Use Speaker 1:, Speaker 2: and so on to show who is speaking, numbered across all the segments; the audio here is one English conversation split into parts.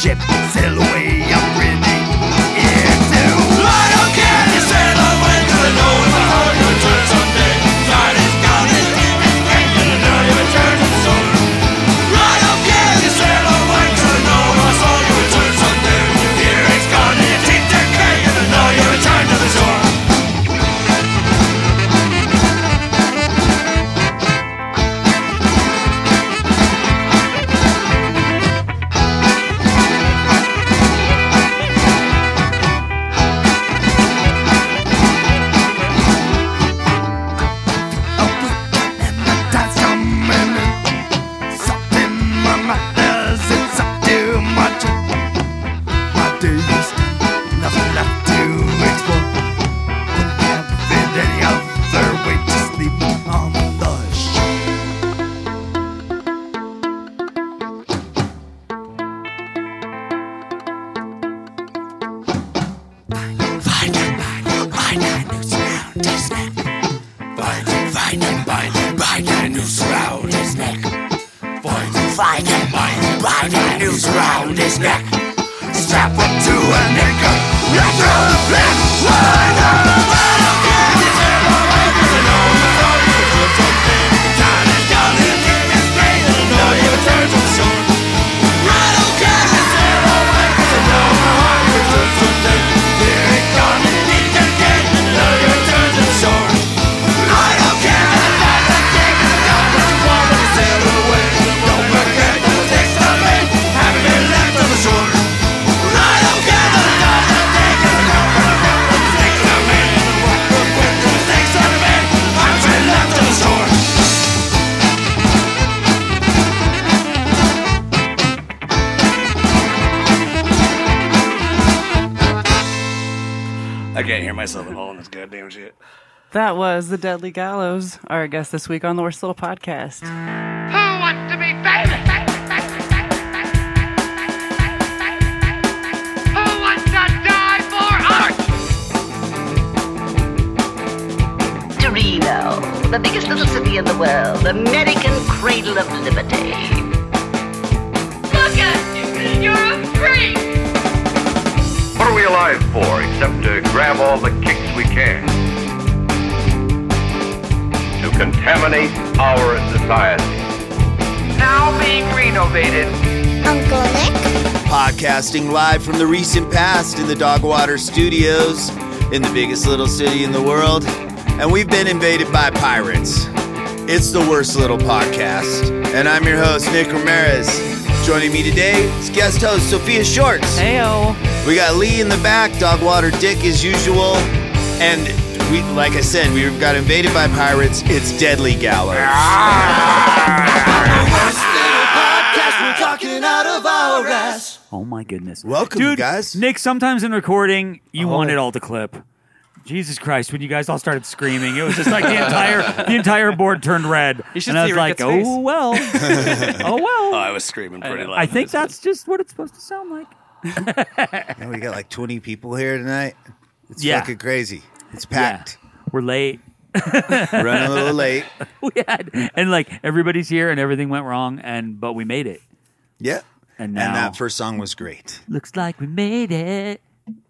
Speaker 1: ship, sail away, I'm grinning into
Speaker 2: don't care to sail away 'cause I know in my heart you'll return someday. Tide is gone, it's leaving, can't get it down, you'll return soon. I don't care to sail away 'cause I know in my soul you'll return someday. Fear is gone, and your teeth are clear, and I know you'll return to the shore.
Speaker 1: a weekend and the tide's coming in. Something my mind does, it's up too much. My days, nothing left to explore. Wouldn't have been any other way to sleep on the shore. Find and find and find a new surroundings now. Find and find and find and find a new surroundings neck. Find and find and find and find a new surroundings neck. Strap up to a anchor, let the black run
Speaker 2: Short.
Speaker 3: I can't hear myself at all in this goddamn shit.
Speaker 4: That was the Deadly Gallows, our guest this week on the Worst Little Podcast.
Speaker 5: Who wants to be famous? Who wants to die for art?
Speaker 6: Torino, the biggest little city in the world, American cradle of liberty.
Speaker 5: Look at you! You're a freak!
Speaker 7: What are we alive for except to grab all the kicks we can? To contaminate our society.
Speaker 5: Now being renovated.
Speaker 8: Uncle Nick,
Speaker 9: Podcasting live from the recent past in the Dogwater Studios in the biggest little city in the world. And we've been invaded by pirates. It's the worst little podcast. And I'm your host, Nick Ramirez. Joining me today is guest host Sophia Shorts.
Speaker 4: Heyo.
Speaker 9: We got Lee in the back, Dogwater Dick as usual. And we, like I said, we got invaded by pirates. It's Deadly Gallows.
Speaker 7: Ah!
Speaker 10: Oh my goodness.
Speaker 9: Welcome,
Speaker 10: Dude,
Speaker 9: guys.
Speaker 10: Nick, sometimes in recording, you
Speaker 4: Oh.
Speaker 10: want it all to clip. Jesus Christ, when you guys all started screaming, it was just like the entire the entire board turned red.
Speaker 4: You should
Speaker 10: and I
Speaker 4: see
Speaker 10: was like,
Speaker 4: Ricketts' face.
Speaker 10: oh well. oh
Speaker 3: Oh,
Speaker 10: well.
Speaker 3: I was screaming pretty loud.
Speaker 10: I think that's just what it's supposed to sound like.
Speaker 9: And we got like 20 people here tonight. It's
Speaker 10: Yeah.
Speaker 9: fucking crazy. It's packed.
Speaker 10: We're late.
Speaker 9: Running a little late.
Speaker 10: We had and like everybody's here and everything went wrong and but we made it.
Speaker 9: Yeah.
Speaker 10: And
Speaker 9: And
Speaker 10: now
Speaker 9: that first song was great.
Speaker 10: looks like we made it.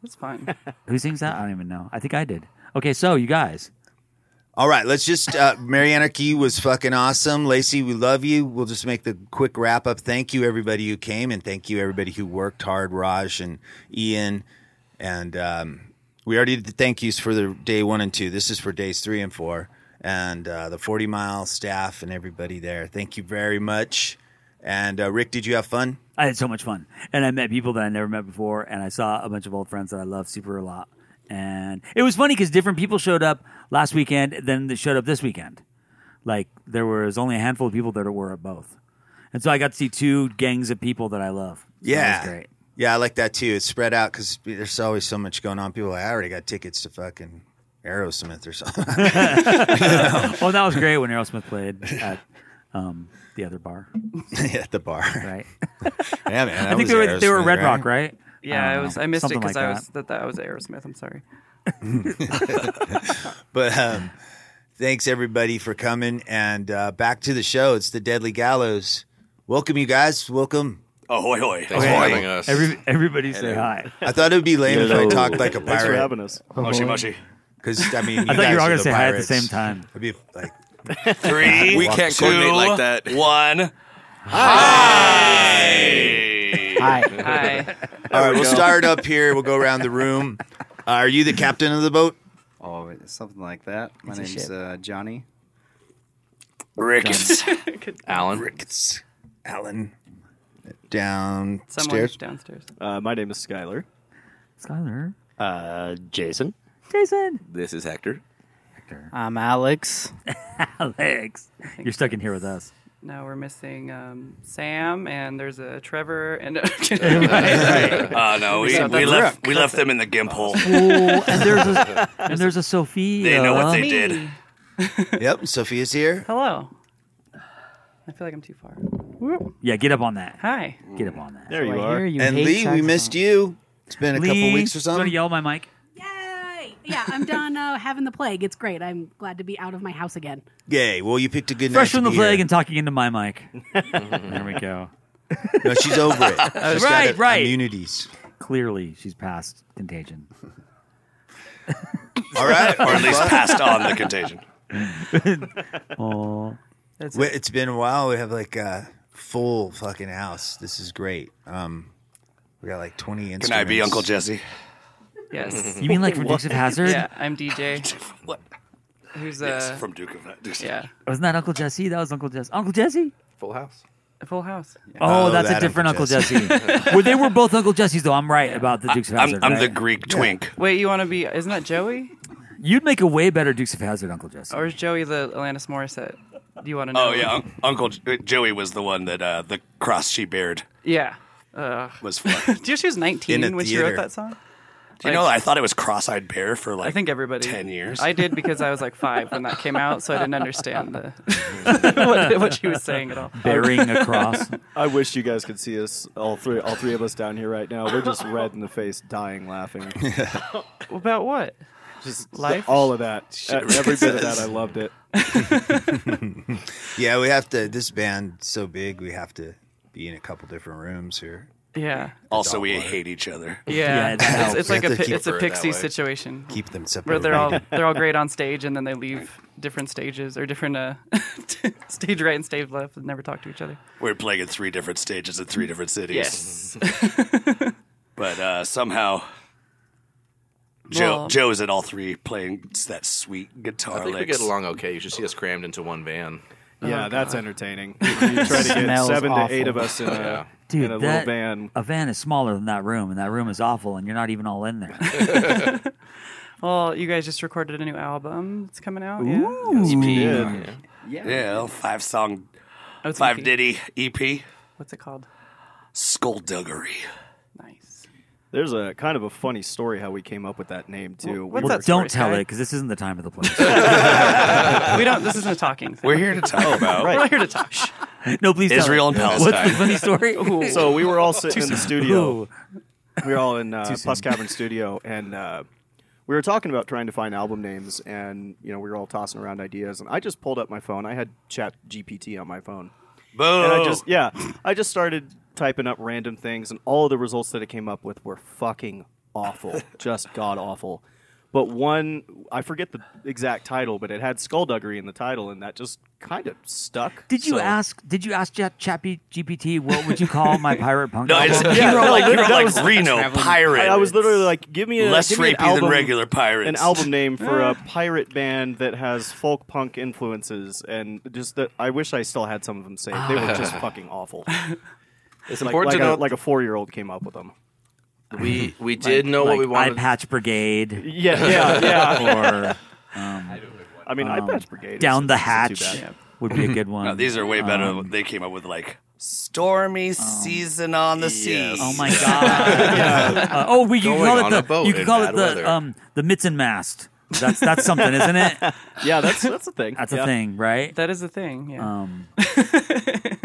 Speaker 4: That's fine.
Speaker 10: Who sings that? I don't even know. I think I did. Okay, so you guys.
Speaker 9: All right, let's just. Uh, Mariana Key was fucking awesome. Lacey, we love you. We'll just make the quick wrap up. Thank you, everybody who came, and thank you, everybody who worked hard. Raj and Ian, and um, we already did the thank yous for the day one and two. This is for days three and four, and uh, the forty mile staff and everybody there. Thank you very much. And uh, Rick, did you have fun?
Speaker 10: I had so much fun, and I met people that I never met before, and I saw a bunch of old friends that I love super a lot, and it was funny because different people showed up last weekend, then they showed up this weekend. Like there was only a handful of people that were at both, and so I got to see two gangs of people that I love. So that was
Speaker 9: Yeah.
Speaker 10: great.
Speaker 9: Yeah, I like that too. It's spread out because there's always so much going on. People, are like, I already got tickets to fucking Aerosmith or something.
Speaker 10: Well, that was great when Aerosmith played at um, the other bar,
Speaker 9: at the bar.
Speaker 10: right?
Speaker 9: Yeah, man.
Speaker 10: I think they were they were Red Rock, right?
Speaker 4: Yeah, I,
Speaker 10: don't
Speaker 4: was.
Speaker 10: know.
Speaker 4: I missed it
Speaker 10: Something
Speaker 4: because
Speaker 10: like
Speaker 4: I
Speaker 10: that.
Speaker 4: was that, that was Aerosmith. I'm sorry.
Speaker 9: But um, thanks everybody for coming and uh, back to the show. It's the Deadly Gallows. Welcome, you guys. Welcome.
Speaker 3: Ahoy, hoy.
Speaker 1: Thanks for having us.
Speaker 10: Every, everybody say hi.
Speaker 9: I thought it would be lame
Speaker 11: Hello.
Speaker 9: if I talked like a
Speaker 12: Thanks for
Speaker 9: pirate
Speaker 12: having us.
Speaker 3: Mushy, mushy.
Speaker 9: because I mean, you
Speaker 10: I thought
Speaker 9: guys
Speaker 10: you were all
Speaker 9: are
Speaker 10: going
Speaker 9: the
Speaker 10: to say hi at the
Speaker 9: pirates.
Speaker 10: same time.
Speaker 9: I'd be like,
Speaker 3: Three.
Speaker 1: We can't
Speaker 3: two,
Speaker 1: coordinate like that.
Speaker 3: One.
Speaker 11: Hi.
Speaker 4: Hi.
Speaker 9: all right, we'll start up here. We'll go around the room. Uh, are you the captain of the boat?
Speaker 11: Oh, it's something like that. My
Speaker 12: It's a
Speaker 11: name's
Speaker 12: ship.
Speaker 11: uh, Johnny.
Speaker 3: Rickets.
Speaker 1: Alan.
Speaker 9: Ricketts, Alan, downstairs.
Speaker 4: Someone's downstairs.
Speaker 12: Uh, my name is Skylar.
Speaker 10: Skyler.
Speaker 11: Uh, Jason.
Speaker 10: Jason.
Speaker 1: This is Hector.
Speaker 11: I'm Alex.
Speaker 10: Alex. You're stuck in here with us.
Speaker 4: No, we're missing um, Sam, and there's a Trevor, and
Speaker 3: Uh, no, we,
Speaker 4: So
Speaker 3: we
Speaker 4: that's
Speaker 3: left we left them in the gimp hole.
Speaker 10: and there's a and there's a Sophia.
Speaker 3: They know what they
Speaker 4: Me.
Speaker 3: did.
Speaker 9: Yep, Sophia's here.
Speaker 4: Hello. I feel like I'm too far.
Speaker 10: Yeah, get up on that.
Speaker 4: Hi.
Speaker 10: Get up on that.
Speaker 12: There
Speaker 11: Oh,
Speaker 12: you are.
Speaker 9: and Lee, we missed you. It's been a couple weeks or
Speaker 10: Want to
Speaker 9: something.
Speaker 10: yell at my mic?
Speaker 5: Yay! Yeah, I'm done uh, having the plague. It's great. I'm glad to be out of my house again.
Speaker 9: Yay! Well, you picked a good
Speaker 10: Fresh
Speaker 9: night
Speaker 10: from the
Speaker 9: to be here.
Speaker 10: plague and talking into my mic. there we go.
Speaker 9: No, she's over it.
Speaker 10: Right,
Speaker 9: She's got a-
Speaker 10: right.
Speaker 9: Immunities.
Speaker 10: Clearly, she's past contagion.
Speaker 9: All right,
Speaker 3: Or at least passed on the contagion.
Speaker 10: Oh,
Speaker 9: Wait, It's been a while. We have like a full fucking house. This is great. Um, we got like twenty instruments.
Speaker 3: Can I be Uncle Jesse?
Speaker 4: Yes.
Speaker 10: you mean like from Dukes of Hazard?
Speaker 4: yeah, I'm DJ.
Speaker 3: What?
Speaker 4: Who's uh,
Speaker 3: Yes, from Duke of that.
Speaker 4: yeah,
Speaker 10: Wasn't that Uncle Jesse? That was Uncle Jesse. Uncle Jesse?
Speaker 1: Full house.
Speaker 4: Full House.
Speaker 10: Oh,
Speaker 9: Oh,
Speaker 10: that's
Speaker 9: that
Speaker 10: a different
Speaker 9: Uncle
Speaker 10: Uncle Jesse. well, they were both Uncle Jesse's, though. I'm right about the Dukes of
Speaker 3: I'm,
Speaker 10: Hazard.
Speaker 3: I'm the Greek twink.
Speaker 4: Wait, you want to be? Isn't that Joey?
Speaker 10: You'd make a way better Dukes of Hazard, Uncle Jesse.
Speaker 4: Or is Joey the Alanis Morissette? Do you want to know?
Speaker 3: Oh yeah, un- Uncle J- Joey was the one that uh, the cross she bared
Speaker 4: Yeah. Ugh.
Speaker 3: was. For.
Speaker 4: Do you know she was 19
Speaker 9: In a
Speaker 4: when she
Speaker 9: theater.
Speaker 4: wrote that song?
Speaker 3: Do you know, I thought it was cross-eyed bear for like
Speaker 4: I think everybody.
Speaker 3: ten years.
Speaker 4: I did because I was like five when that came out, so I didn't understand the what, what she was saying at all.
Speaker 10: Bearing across.
Speaker 12: I wish you guys could see us all three, all three of us down here right now. We're just red in the face, dying laughing.
Speaker 4: About what?
Speaker 12: Just
Speaker 4: Life?
Speaker 12: all of that. Every bit of that. I loved it.
Speaker 9: Yeah, we have to. This band's so big, we have to be in a couple different rooms here.
Speaker 4: Yeah.
Speaker 3: also, we
Speaker 9: Dog water.
Speaker 3: hate each other.
Speaker 10: Yeah,
Speaker 4: Yeah.
Speaker 10: that helps.
Speaker 4: it's, it's
Speaker 9: You
Speaker 4: like a
Speaker 9: have to
Speaker 4: pi-
Speaker 9: keep
Speaker 4: it's a
Speaker 1: her that
Speaker 4: pixie
Speaker 1: way.
Speaker 4: situation
Speaker 9: Keep them
Speaker 4: where
Speaker 9: separated.
Speaker 4: they're all they're all great on stage and then they leave different stages or different uh, stage right and stage left and never talk to each other.
Speaker 3: We're playing in three different stages in three different cities. but uh, somehow, Joe
Speaker 4: Well-
Speaker 3: Joe's at all three playing s- that sweet guitar
Speaker 1: I think we
Speaker 3: licks.
Speaker 1: get along okay. You should see us crammed into one van.
Speaker 12: Yeah, that's entertaining. You try to get
Speaker 11: Smells
Speaker 12: seven to
Speaker 11: awful.
Speaker 12: eight of us in a,
Speaker 1: Yeah.
Speaker 10: Dude,
Speaker 12: in a
Speaker 10: that,
Speaker 12: little van.
Speaker 10: a van is smaller than that room, and that room is awful, and you're not even all in there.
Speaker 4: Well, you guys just recorded a new album. It's coming out. Yeah.
Speaker 12: Yeah.
Speaker 3: Yeah, well, five song,
Speaker 4: Oh, it's
Speaker 3: five
Speaker 4: EP.
Speaker 3: ditty E EP,
Speaker 4: What's it called?
Speaker 3: Skullduggery.
Speaker 4: Nice.
Speaker 12: There's a kind of a funny story how we came up with that name too.
Speaker 4: What's
Speaker 12: We
Speaker 4: that
Speaker 12: were-
Speaker 4: story,
Speaker 10: Don't tell
Speaker 4: Sky?
Speaker 10: it, because this isn't the time of the place.
Speaker 4: we don't. This isn't a talking. Thing.
Speaker 3: We're here to
Speaker 10: Oh,
Speaker 3: talk about
Speaker 4: We're not here to talk. Shh.
Speaker 10: no, please.
Speaker 3: Israel and
Speaker 10: tell it.
Speaker 3: Palestine.
Speaker 10: What's the funny story?
Speaker 12: So we were all sitting in the studio.
Speaker 10: Ooh.
Speaker 12: we were all in uh,
Speaker 10: soon.
Speaker 12: Plus Cavern Studio, and uh, we were talking about trying to find album names, and you know we were all tossing around ideas. And I just pulled up my phone. I had Chat GPT on my phone,
Speaker 3: Boo!
Speaker 12: and I just yeah, I just started typing up random things, and all of the results that it came up with were fucking awful, just god awful. But one, I forget the exact title, but it had skullduggery in the title, and that just kind of stuck.
Speaker 10: Did you
Speaker 12: So-
Speaker 10: ask? Did you ask Chat Chappy GPT what would you call my pirate punk?
Speaker 3: no,
Speaker 10: album?
Speaker 3: it's,
Speaker 12: Yeah,
Speaker 3: you wrote
Speaker 12: no,
Speaker 3: like, you
Speaker 12: that-
Speaker 3: wrote
Speaker 12: that
Speaker 3: like
Speaker 12: was-
Speaker 3: Reno pirate.
Speaker 12: I, I was literally like, "Give me a
Speaker 3: less
Speaker 12: give me an
Speaker 3: rapey than
Speaker 12: album-
Speaker 3: regular pirates.
Speaker 12: an album name for a pirate band that has folk punk influences, and just that I wish I still had some of them saved. They were just fucking awful.
Speaker 1: It's
Speaker 12: Like,
Speaker 1: important
Speaker 12: like,
Speaker 1: to
Speaker 12: a,
Speaker 1: know
Speaker 12: like a four-year-old came up with them.
Speaker 1: we we did know what
Speaker 10: like
Speaker 1: we wanted.
Speaker 10: Eye Patch Brigade
Speaker 12: Yeah, yeah, yeah.
Speaker 10: or um,
Speaker 12: I mean, I bet Brigade.
Speaker 10: Down
Speaker 12: is,
Speaker 10: the
Speaker 12: isn't
Speaker 10: Hatch
Speaker 12: Too bad.
Speaker 10: would be a good one.
Speaker 3: No, these are way better. they came up with like stormy season on the sea.
Speaker 10: Oh my god! Uh, oh, we you can
Speaker 1: Going
Speaker 10: call it
Speaker 1: on
Speaker 10: the
Speaker 1: a boat
Speaker 10: you can
Speaker 1: in
Speaker 10: call it
Speaker 1: bad
Speaker 10: the
Speaker 1: weather.
Speaker 10: um the mitts and mast. That's that's something, isn't it?
Speaker 12: Yeah, that's that's a thing.
Speaker 10: That's
Speaker 12: yeah.
Speaker 10: a thing, right?
Speaker 4: That is the thing. Yeah.
Speaker 10: Um,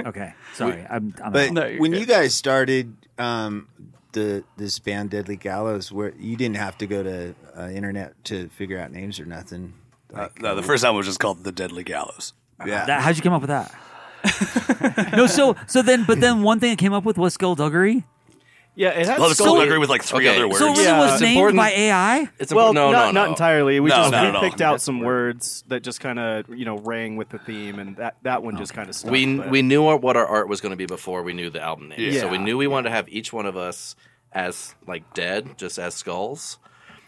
Speaker 10: okay, sorry, I'm. I'm
Speaker 9: But
Speaker 4: No, you're
Speaker 9: when
Speaker 4: good.
Speaker 9: you guys started um, the this band Deadly Gallows, where you didn't have to go to uh, internet to figure out names or nothing.
Speaker 3: uh, No, the first album was just called The Deadly Gallows.
Speaker 9: yeah,
Speaker 10: that, how'd you come up with that? no, so so then, but then one thing I came up with was skullduggery.
Speaker 12: Yeah, it has
Speaker 10: Well, it's
Speaker 12: skull-
Speaker 10: skullduggery
Speaker 3: with, like, three other
Speaker 10: So it really
Speaker 12: Yeah.
Speaker 10: was named by AI.
Speaker 3: It's
Speaker 12: well,
Speaker 3: important- no,
Speaker 12: not,
Speaker 3: no,
Speaker 12: not
Speaker 3: no.
Speaker 12: entirely. We
Speaker 3: No,
Speaker 12: just
Speaker 3: not at
Speaker 12: we
Speaker 3: all.
Speaker 12: picked out some words that just kind of you know rang with the theme, and that that one just kind of stuck.
Speaker 13: we
Speaker 12: but-
Speaker 13: we knew our, what our art was going to be before we knew the album name.
Speaker 12: Yeah.
Speaker 13: So we knew we wanted to have each one of us as like dead, just as skulls,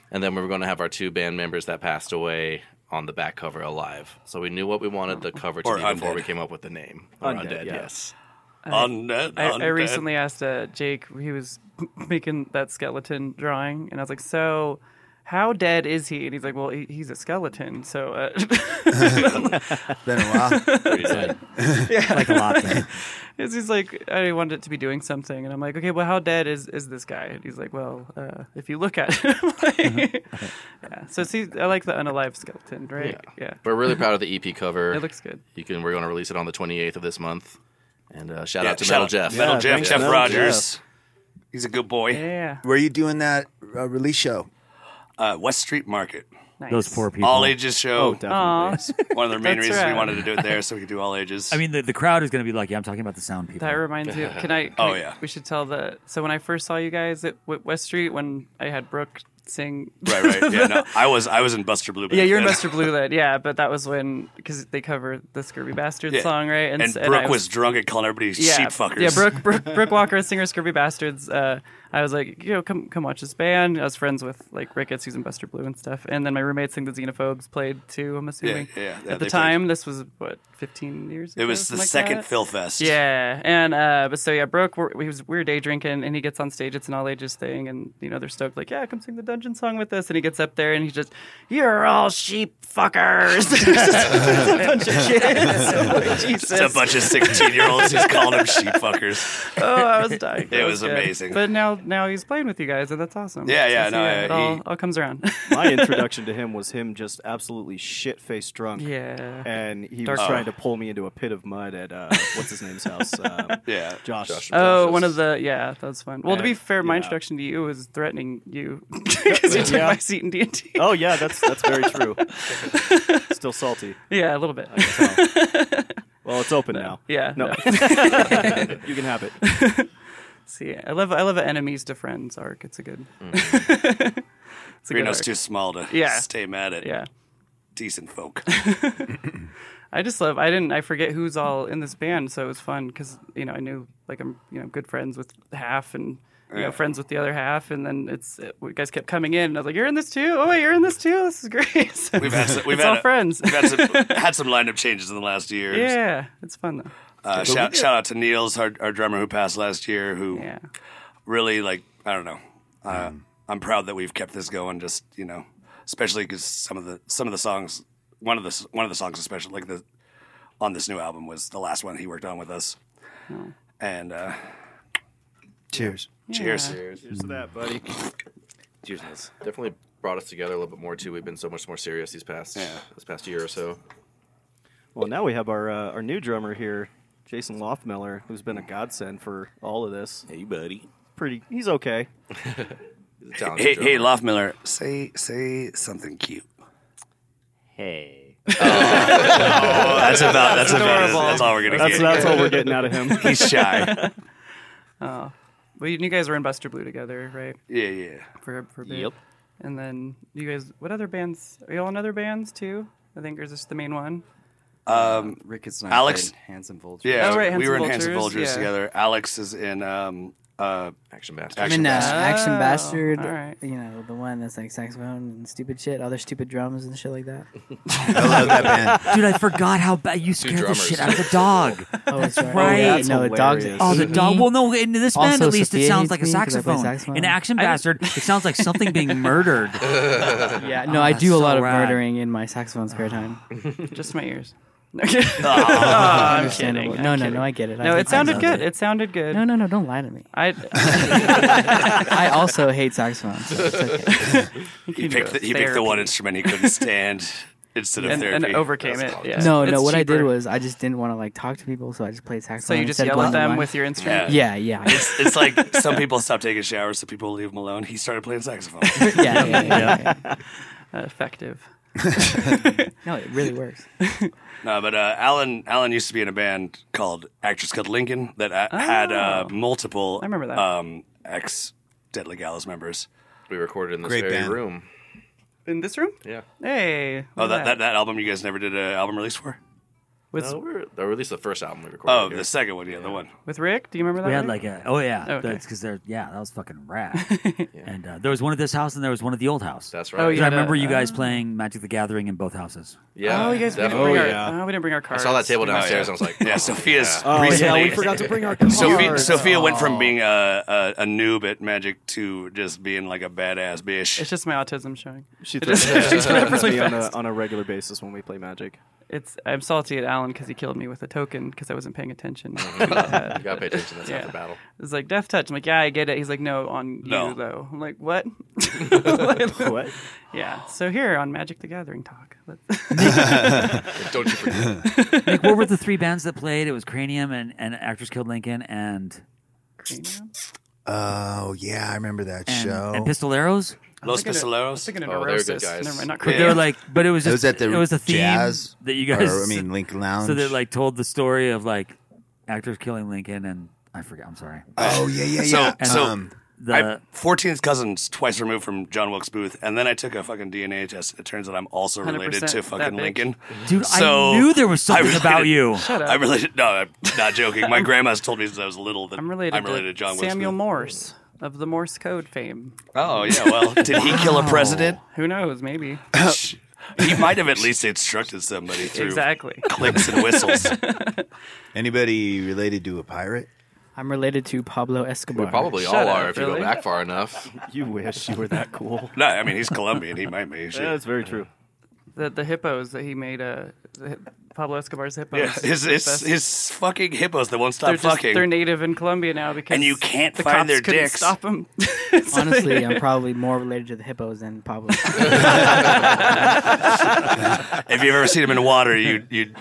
Speaker 13: and then we were going to have our two band members that passed away on the back cover alive. So we knew what we wanted the cover to
Speaker 3: Or
Speaker 13: be before
Speaker 3: undead.
Speaker 13: we came up with the name. Or
Speaker 3: Undead,
Speaker 13: undead,
Speaker 3: yeah.
Speaker 13: yes.
Speaker 4: I-
Speaker 3: Undead,
Speaker 4: I, I
Speaker 3: undead.
Speaker 4: recently asked uh, Jake. He was making that skeleton drawing, and I was like, "So, how dead is he?" And he's like, "Well, he, he's a skeleton." So, uh,
Speaker 9: Been a while. Pretty dead. Like a lot, then.
Speaker 4: It's just like I wanted it to be doing something, and I'm like, "Okay, well, how dead is is this guy?" And he's like, "Well, uh, if you look at him, like- yeah." So, see, I like the unalive skeleton, right? yeah.
Speaker 13: But we're really proud of the EP cover.
Speaker 4: It looks good.
Speaker 13: You can. We're going to release it on the 28th of this month. And uh, shout
Speaker 3: Yeah,
Speaker 13: out to
Speaker 3: shout
Speaker 13: Metal
Speaker 3: out-
Speaker 13: Jeff.
Speaker 3: Metal Yeah, Jeff, thanks, Jeff Metal Rogers. Jeff. He's a good boy.
Speaker 4: Yeah.
Speaker 9: Where are you doing that uh, release show?
Speaker 3: Uh, West Street Market.
Speaker 10: Nice. Those poor people.
Speaker 3: All ages show.
Speaker 10: Oh, definitely.
Speaker 3: One of the main
Speaker 4: That's
Speaker 3: reasons we
Speaker 4: right.
Speaker 3: wanted to do it there, so we could do all ages.
Speaker 10: I mean, the, the crowd is going to be lucky. I'm talking about the sound people.
Speaker 4: That reminds me. Can I? can
Speaker 3: Oh,
Speaker 4: I-
Speaker 3: yeah.
Speaker 4: We should tell the. So when I first saw you guys at W- West Street, when I had Brooke sing.
Speaker 3: right, right. Yeah, no, I was I was in Buster Blue. back
Speaker 4: Yeah, you're
Speaker 3: then.
Speaker 4: Mr. Blue Lid. Yeah, but that was when because they cover the Scurvy Bastard
Speaker 3: Yeah.
Speaker 4: song, right?
Speaker 3: And,
Speaker 4: s- I
Speaker 3: Brooke was drunk at calling everybody
Speaker 4: yeah,
Speaker 3: sheep fuckers.
Speaker 4: Yeah, Brooke, Brooke, Brooke Walker, singer of Scurvy Bastards. Uh, I was like, you know, come come watch this band. I was friends with like Ricketts, who's in Buster Blue and stuff. And then my roommates sing the Xenophobes played too. I'm assuming.
Speaker 3: yeah, yeah, they
Speaker 4: At the
Speaker 3: played.
Speaker 4: time, this was what 15 years. ago.
Speaker 3: It was the
Speaker 4: something like
Speaker 3: second
Speaker 4: that?
Speaker 3: Phil Fest.
Speaker 4: Yeah, and uh, but so yeah, Brooke, we're, he was we were day drinking, and he gets on stage. It's an all ages thing, and you know they're stoked, like yeah, come sing the dungeon song with us. And he gets up there, and he just, you're all sheep fuckers. There's a bunch of kids. I'm like,
Speaker 3: Just
Speaker 4: Oh, Jesus.
Speaker 3: a bunch of 16 year olds who's calling them sheep fuckers.
Speaker 4: Oh, I was dying.
Speaker 3: It
Speaker 4: That
Speaker 3: was
Speaker 4: good.
Speaker 3: amazing.
Speaker 4: But now, now he's playing with you guys, and that's awesome.
Speaker 3: Yeah, yeah,
Speaker 4: So,
Speaker 3: no,
Speaker 4: it
Speaker 3: uh,
Speaker 4: all,
Speaker 3: he-
Speaker 4: all comes around.
Speaker 12: My introduction to him was him just absolutely shit faced drunk.
Speaker 4: Yeah.
Speaker 12: And he
Speaker 4: Dark
Speaker 12: was
Speaker 4: Side.
Speaker 12: trying to pull me into a pit of mud at uh, what's his name's house? Um,
Speaker 3: yeah.
Speaker 12: Josh.
Speaker 4: Oh, one of the yeah, that's fun. Well, to be
Speaker 12: And-
Speaker 4: fair, my
Speaker 12: yeah.
Speaker 4: introduction to you was threatening you because you took
Speaker 12: Yeah.
Speaker 4: my seat in D and D.
Speaker 12: Oh yeah, that's that's very true. Still salty.
Speaker 4: Yeah, a little bit.
Speaker 12: I can tell. Well, it's open
Speaker 4: No.
Speaker 12: now.
Speaker 4: Yeah,
Speaker 12: No.
Speaker 4: no.
Speaker 12: you can have it.
Speaker 4: See, I love I love an enemies to friends arc. It's a good.
Speaker 12: Mm.
Speaker 4: it's a good
Speaker 3: Reno's
Speaker 4: arc.
Speaker 3: too small to
Speaker 4: Yeah.
Speaker 3: stay mad at
Speaker 4: Yeah.
Speaker 3: decent folk.
Speaker 4: I just love. I didn't. I forget who's all in this band, so it was fun because you know I knew like I'm you know good friends with half and you
Speaker 3: Yeah.
Speaker 4: know friends with the other half, and then it's it, you guys kept coming in, and I was like, "You're in this too? Oh wait, you're in this too? This is great." So
Speaker 3: We've had some, we've
Speaker 4: it's
Speaker 3: had
Speaker 4: all
Speaker 3: a-
Speaker 4: friends.
Speaker 3: We've had some, had some lineup changes in the last year.
Speaker 4: yeah, it's fun though.
Speaker 3: Uh,
Speaker 4: But we
Speaker 3: shout,
Speaker 4: do-
Speaker 3: shout out to Niels, our, our drummer who passed last year, who really, like, I don't know.
Speaker 11: Hmm.
Speaker 3: Uh, I'm proud that we've kept this going, just, you know, especially because some of the some of the songs, one of the s- one of the songs, especially like the on this new album, was the last one he worked on with us.
Speaker 4: Oh.
Speaker 3: And uh,
Speaker 9: Cheers.
Speaker 3: cheers.
Speaker 13: Cheers.
Speaker 12: Cheers to
Speaker 11: Hmm.
Speaker 12: that, buddy.
Speaker 13: Cheers, Nils. Definitely brought us together a little bit more too. We've been so much more serious these past this past year or so.
Speaker 12: Well, now we have our uh, our new drummer here, Jason Lothmiller, who's been a godsend for all of this.
Speaker 13: Hey, buddy.
Speaker 12: Pretty. He's okay.
Speaker 13: he's
Speaker 3: Hey, hey, Lothmiller, say say something cute.
Speaker 11: Hey.
Speaker 3: that's about that's, about it.
Speaker 4: adorable.
Speaker 3: that's all we're gonna get. He's shy.
Speaker 4: oh, well, you you guys were in Buster Blue together, right?
Speaker 3: Yeah, yeah.
Speaker 4: For for a bit.
Speaker 3: Yep.
Speaker 4: And then you guys, what other bands? Are y'all in other bands too? I think or is this the main one?
Speaker 3: Um,
Speaker 11: Ricketts and I
Speaker 3: Alex,
Speaker 11: played Handsome Vultures.
Speaker 3: Yeah,
Speaker 4: Oh, right,
Speaker 3: we
Speaker 4: Handsome
Speaker 3: were in Handsome
Speaker 4: Vultures,
Speaker 3: Vultures
Speaker 4: yeah.
Speaker 3: together. Alex is in um, uh,
Speaker 13: Action Bastard.
Speaker 11: I mean, uh, Action
Speaker 4: Oh,
Speaker 11: Bastard.
Speaker 4: all right.
Speaker 11: You know, the one that's like saxophone and stupid shit, other stupid drums and shit like that.
Speaker 9: I love that band.
Speaker 10: Dude, I forgot how bad you scared the
Speaker 11: drummers.
Speaker 10: shit out of the dog.
Speaker 11: Oh,
Speaker 10: that's
Speaker 11: that's
Speaker 10: right.
Speaker 11: right. Oh, yeah, no, the dog's
Speaker 10: Oh, the
Speaker 11: eating
Speaker 10: dog.
Speaker 11: me.
Speaker 10: Well, no, in this band
Speaker 11: Also,
Speaker 10: at least, it
Speaker 11: Sophia
Speaker 10: sounds
Speaker 11: hates
Speaker 10: like a
Speaker 11: me 'cause I play
Speaker 10: saxophone.
Speaker 11: saxophone.
Speaker 10: In Action
Speaker 11: I-
Speaker 10: Bastard, it sounds like something being murdered.
Speaker 11: yeah, no,
Speaker 10: Oh,
Speaker 11: I
Speaker 10: that's
Speaker 11: do a
Speaker 10: so
Speaker 11: lot of
Speaker 10: rad.
Speaker 11: murdering in my saxophone spare time.
Speaker 4: Just my ears. No,
Speaker 3: Oh,
Speaker 4: I'm
Speaker 11: Understandable.
Speaker 4: kidding. I'm
Speaker 11: No, no,
Speaker 4: kidding.
Speaker 11: no, I get it. I
Speaker 4: No,
Speaker 11: get
Speaker 4: it
Speaker 11: it.
Speaker 4: sounded
Speaker 11: I
Speaker 4: good.
Speaker 11: get
Speaker 4: It.
Speaker 11: it.
Speaker 4: sounded good.
Speaker 11: No, no, no, don't lie to me.
Speaker 4: I,
Speaker 11: I also hate saxophones. So it's okay.
Speaker 3: he picked the, he picked the one instrument he couldn't stand instead of
Speaker 4: And- and
Speaker 3: therapy
Speaker 4: overcame it, yeah.
Speaker 11: No,
Speaker 4: It's
Speaker 11: no. What I did
Speaker 4: cheaper.
Speaker 11: was I just didn't want to like talk to people, so I just played saxophone.
Speaker 4: So you just
Speaker 11: instead of
Speaker 4: yell at
Speaker 11: going
Speaker 4: them
Speaker 11: online.
Speaker 4: with your instrument.
Speaker 11: Yeah, yeah.
Speaker 3: It's, it's like some people stop taking showers, so people leave them alone. He started playing saxophone.
Speaker 11: yeah, yeah, yeah, yeah.
Speaker 4: Uh, effective.
Speaker 11: no, it really works.
Speaker 3: No, but uh, Alan Alan used to be in a band called Actors Cut Lincoln that a- had uh, multiple
Speaker 4: Oh. I remember that.
Speaker 3: um, ex Deadly Gallows members.
Speaker 13: We recorded in this
Speaker 3: Great
Speaker 13: very
Speaker 3: band.
Speaker 13: room.
Speaker 4: In this room?
Speaker 13: Yeah.
Speaker 4: Hey.
Speaker 3: Oh,
Speaker 4: look
Speaker 3: that,
Speaker 4: at
Speaker 3: that that album you guys never did an album release for?
Speaker 4: With-
Speaker 13: no, we're, or at least the first album we recorded.
Speaker 3: Oh,
Speaker 13: here.
Speaker 3: the second one, yeah, the one.
Speaker 4: With Rick, do you remember that?
Speaker 10: we had
Speaker 4: Rick?
Speaker 10: like a oh yeah,
Speaker 4: Okay.
Speaker 10: that's because they're yeah that was fucking rad. And uh, there was one at this house and there was one at the old house.
Speaker 13: That's
Speaker 4: right. Oh, you
Speaker 10: I
Speaker 4: had a-
Speaker 10: remember you guys
Speaker 4: oh.
Speaker 10: playing Magic the Gathering in both houses.
Speaker 13: Yeah.
Speaker 4: Oh, you guys, we didn't,
Speaker 13: definitely.
Speaker 4: bring
Speaker 13: Oh,
Speaker 4: our,
Speaker 13: yeah.
Speaker 4: oh, we didn't bring our
Speaker 13: I
Speaker 4: cards.
Speaker 13: saw that table
Speaker 4: We must-
Speaker 13: downstairs. and I was like, "Oh,
Speaker 3: yeah, Sophia's
Speaker 10: Oh,
Speaker 13: yeah.
Speaker 3: recently.
Speaker 13: we forgot
Speaker 12: to bring our
Speaker 3: Sophia,
Speaker 12: cards.
Speaker 3: Sophia went
Speaker 12: Oh.
Speaker 3: from being a, a a noob at magic to just being like a badass bitch.
Speaker 4: It's just my autism showing.
Speaker 12: She
Speaker 4: It
Speaker 12: threatens,
Speaker 4: just-
Speaker 12: she
Speaker 4: it
Speaker 12: threatens
Speaker 4: happens really
Speaker 12: me on a,
Speaker 4: fast.
Speaker 12: on a regular basis when we play Magic.
Speaker 4: It's I'm salty at Alan because he killed me with a token because I wasn't paying attention.
Speaker 12: Mhm.
Speaker 13: You gotta pay attention, that's half the battle.
Speaker 4: It's like death touch. I'm like, yeah, I get it. He's like, no, on
Speaker 13: No.
Speaker 4: you though. I'm like, what?
Speaker 12: What?
Speaker 4: Yeah. So here on Magic the Gathering talk.
Speaker 10: Let's-
Speaker 13: Don't you forget.
Speaker 10: Nick, what were the three bands that played? It was Cranium and, and Actors Killed Lincoln and
Speaker 9: Oh yeah, I remember that
Speaker 10: and,
Speaker 9: show.
Speaker 10: and Pistoleros.
Speaker 3: Los Pistoleros.
Speaker 4: Oh, they're good Neurosis. guys. Never mind, not
Speaker 10: But they were like, but it was
Speaker 9: It
Speaker 10: just
Speaker 9: was at the
Speaker 10: it was a theme
Speaker 9: jazz,
Speaker 10: that you guys.
Speaker 9: or, I mean, Lincoln Lounge.
Speaker 10: So that like told the story of like actors killing Lincoln and I forget. I'm sorry.
Speaker 9: Oh, yeah, yeah,
Speaker 3: So,
Speaker 9: yeah.
Speaker 3: so
Speaker 9: Um,
Speaker 3: I'm 14th cousins twice removed from John Wilkes Booth, and then I took a fucking DNA test. and It turns out I'm also related
Speaker 10: 100%
Speaker 3: to fucking
Speaker 10: that bitch.
Speaker 3: Lincoln.
Speaker 10: Dude, I knew there was
Speaker 3: I
Speaker 10: something about you. Shut up.
Speaker 3: I related. No, I'm not joking. My grandma's told me since I was little that
Speaker 4: I'm related,
Speaker 3: I'm related to, John Wilkes
Speaker 4: Samuel
Speaker 3: Booth.
Speaker 4: Morse of the Morse code fame.
Speaker 3: Oh yeah. Well, did he kill a
Speaker 4: Wow.
Speaker 3: president?
Speaker 4: Who knows? Maybe.
Speaker 3: he might have at least instructed somebody through
Speaker 4: Exactly.
Speaker 3: clicks and whistles.
Speaker 9: Anybody related to a pirate?
Speaker 11: I'm related to Pablo Escobar.
Speaker 13: We probably all are if you go back far enough.
Speaker 12: You wish you were that cool.
Speaker 3: no, I mean he's Colombian. He might be.
Speaker 12: Yeah, that's very true.
Speaker 4: The the hippos that he made. Uh, the, Pablo Escobar's hippos.
Speaker 3: Yeah, his
Speaker 4: The
Speaker 3: his,
Speaker 4: best-
Speaker 3: his fucking hippos that won't stop
Speaker 4: they're just-
Speaker 3: fucking.
Speaker 4: they're native in Colombia now because
Speaker 3: And you can't
Speaker 4: the
Speaker 3: find
Speaker 4: cops
Speaker 3: their
Speaker 4: couldn't
Speaker 3: dicks.
Speaker 4: Stop them.
Speaker 11: Honestly, I'm probably more related to the hippos than Pablo.
Speaker 3: if you've ever seen him in water, you you'd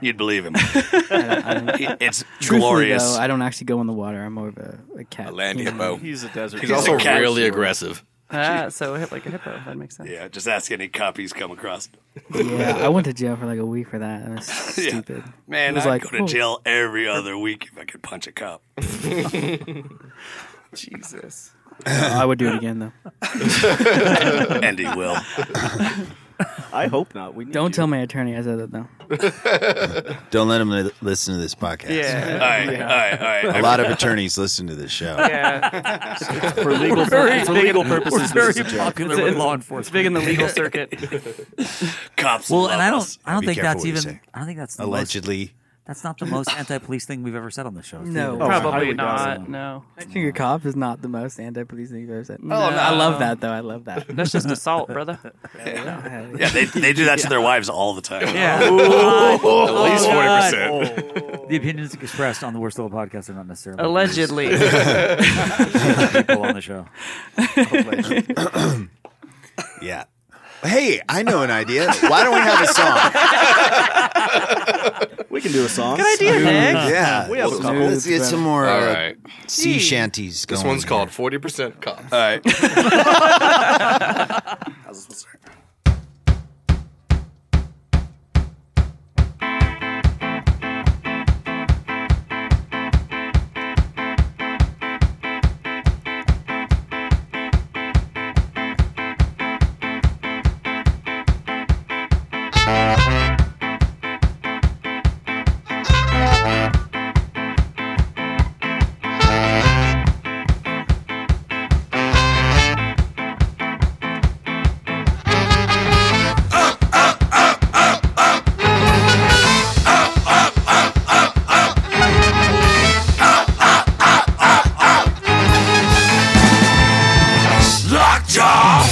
Speaker 3: you'd believe him. it's
Speaker 11: Truthfully,
Speaker 3: glorious.
Speaker 11: Though, I don't actually go in the water. I'm more of a, a cat.
Speaker 3: A land
Speaker 11: human.
Speaker 3: hippo.
Speaker 12: He's a desert.
Speaker 13: He's also really aggressive.
Speaker 4: ah, so hit like a hippo. That makes sense.
Speaker 3: yeah, just ask any cop he's come across.
Speaker 11: Yeah, I went to jail for like a week for that. That was stupid.
Speaker 3: Man,
Speaker 11: It was
Speaker 3: I
Speaker 11: like,
Speaker 3: go to
Speaker 11: oh.
Speaker 3: jail every other week if I could punch a cop.
Speaker 4: Jesus.
Speaker 11: Uh, I would do it again though.
Speaker 3: and he will.
Speaker 12: I hope not. We need
Speaker 11: Don't tell my attorney I said that though.
Speaker 9: Don't let them li- listen to this podcast.
Speaker 11: Yeah. All right,
Speaker 3: all right, all right.
Speaker 9: A lot of attorneys listen to this show.
Speaker 4: Yeah.
Speaker 12: For legal-
Speaker 4: We're very
Speaker 12: for
Speaker 4: big
Speaker 12: legal
Speaker 4: in-
Speaker 12: purposes,
Speaker 4: we're
Speaker 12: this
Speaker 4: very
Speaker 12: is a joke.
Speaker 4: popular
Speaker 12: It's-
Speaker 4: with
Speaker 12: it's-
Speaker 4: law
Speaker 12: it's
Speaker 4: enforcement. It's big in the legal circuit.
Speaker 3: Cops.
Speaker 10: Well,
Speaker 3: love
Speaker 10: and I don't
Speaker 3: us.
Speaker 10: I don't
Speaker 9: Be
Speaker 10: think
Speaker 9: careful
Speaker 10: that's
Speaker 9: what you
Speaker 10: even
Speaker 9: say.
Speaker 10: I don't think that's the most-
Speaker 9: allegedly.
Speaker 10: that's not the most anti-police thing we've ever said on the show.
Speaker 11: No.
Speaker 10: Either.
Speaker 11: Oh,
Speaker 4: Probably
Speaker 11: highly
Speaker 4: not.
Speaker 11: doubtable.
Speaker 4: No.
Speaker 11: Finger cop is not the most anti-police thing you've ever said.
Speaker 3: Oh,
Speaker 4: No.
Speaker 11: I love that though. I love that.
Speaker 4: That's just assault, Oh, brother.
Speaker 11: Yeah.
Speaker 3: Yeah, they, they do that to their wives all the time.
Speaker 4: Yeah.
Speaker 3: At least forty percent.
Speaker 10: percent. Oh, The opinions expressed on the Worst Little Podcast are not necessarily
Speaker 4: Allegedly.
Speaker 10: People on the show.
Speaker 9: Yeah. Hey, I know an idea. Why don't we have a song?
Speaker 12: We can do a song.
Speaker 4: Good idea,
Speaker 12: Smooth.
Speaker 4: Nick.
Speaker 9: Yeah.
Speaker 12: We have a
Speaker 9: Let's-
Speaker 12: couple.
Speaker 9: Let's get some more
Speaker 13: All
Speaker 9: uh,
Speaker 13: right.
Speaker 9: sea
Speaker 4: Gee.
Speaker 9: shanties going.
Speaker 13: This one's
Speaker 9: here.
Speaker 13: called 40% Cops.
Speaker 3: All right. How's this one start?
Speaker 2: Lockjaw!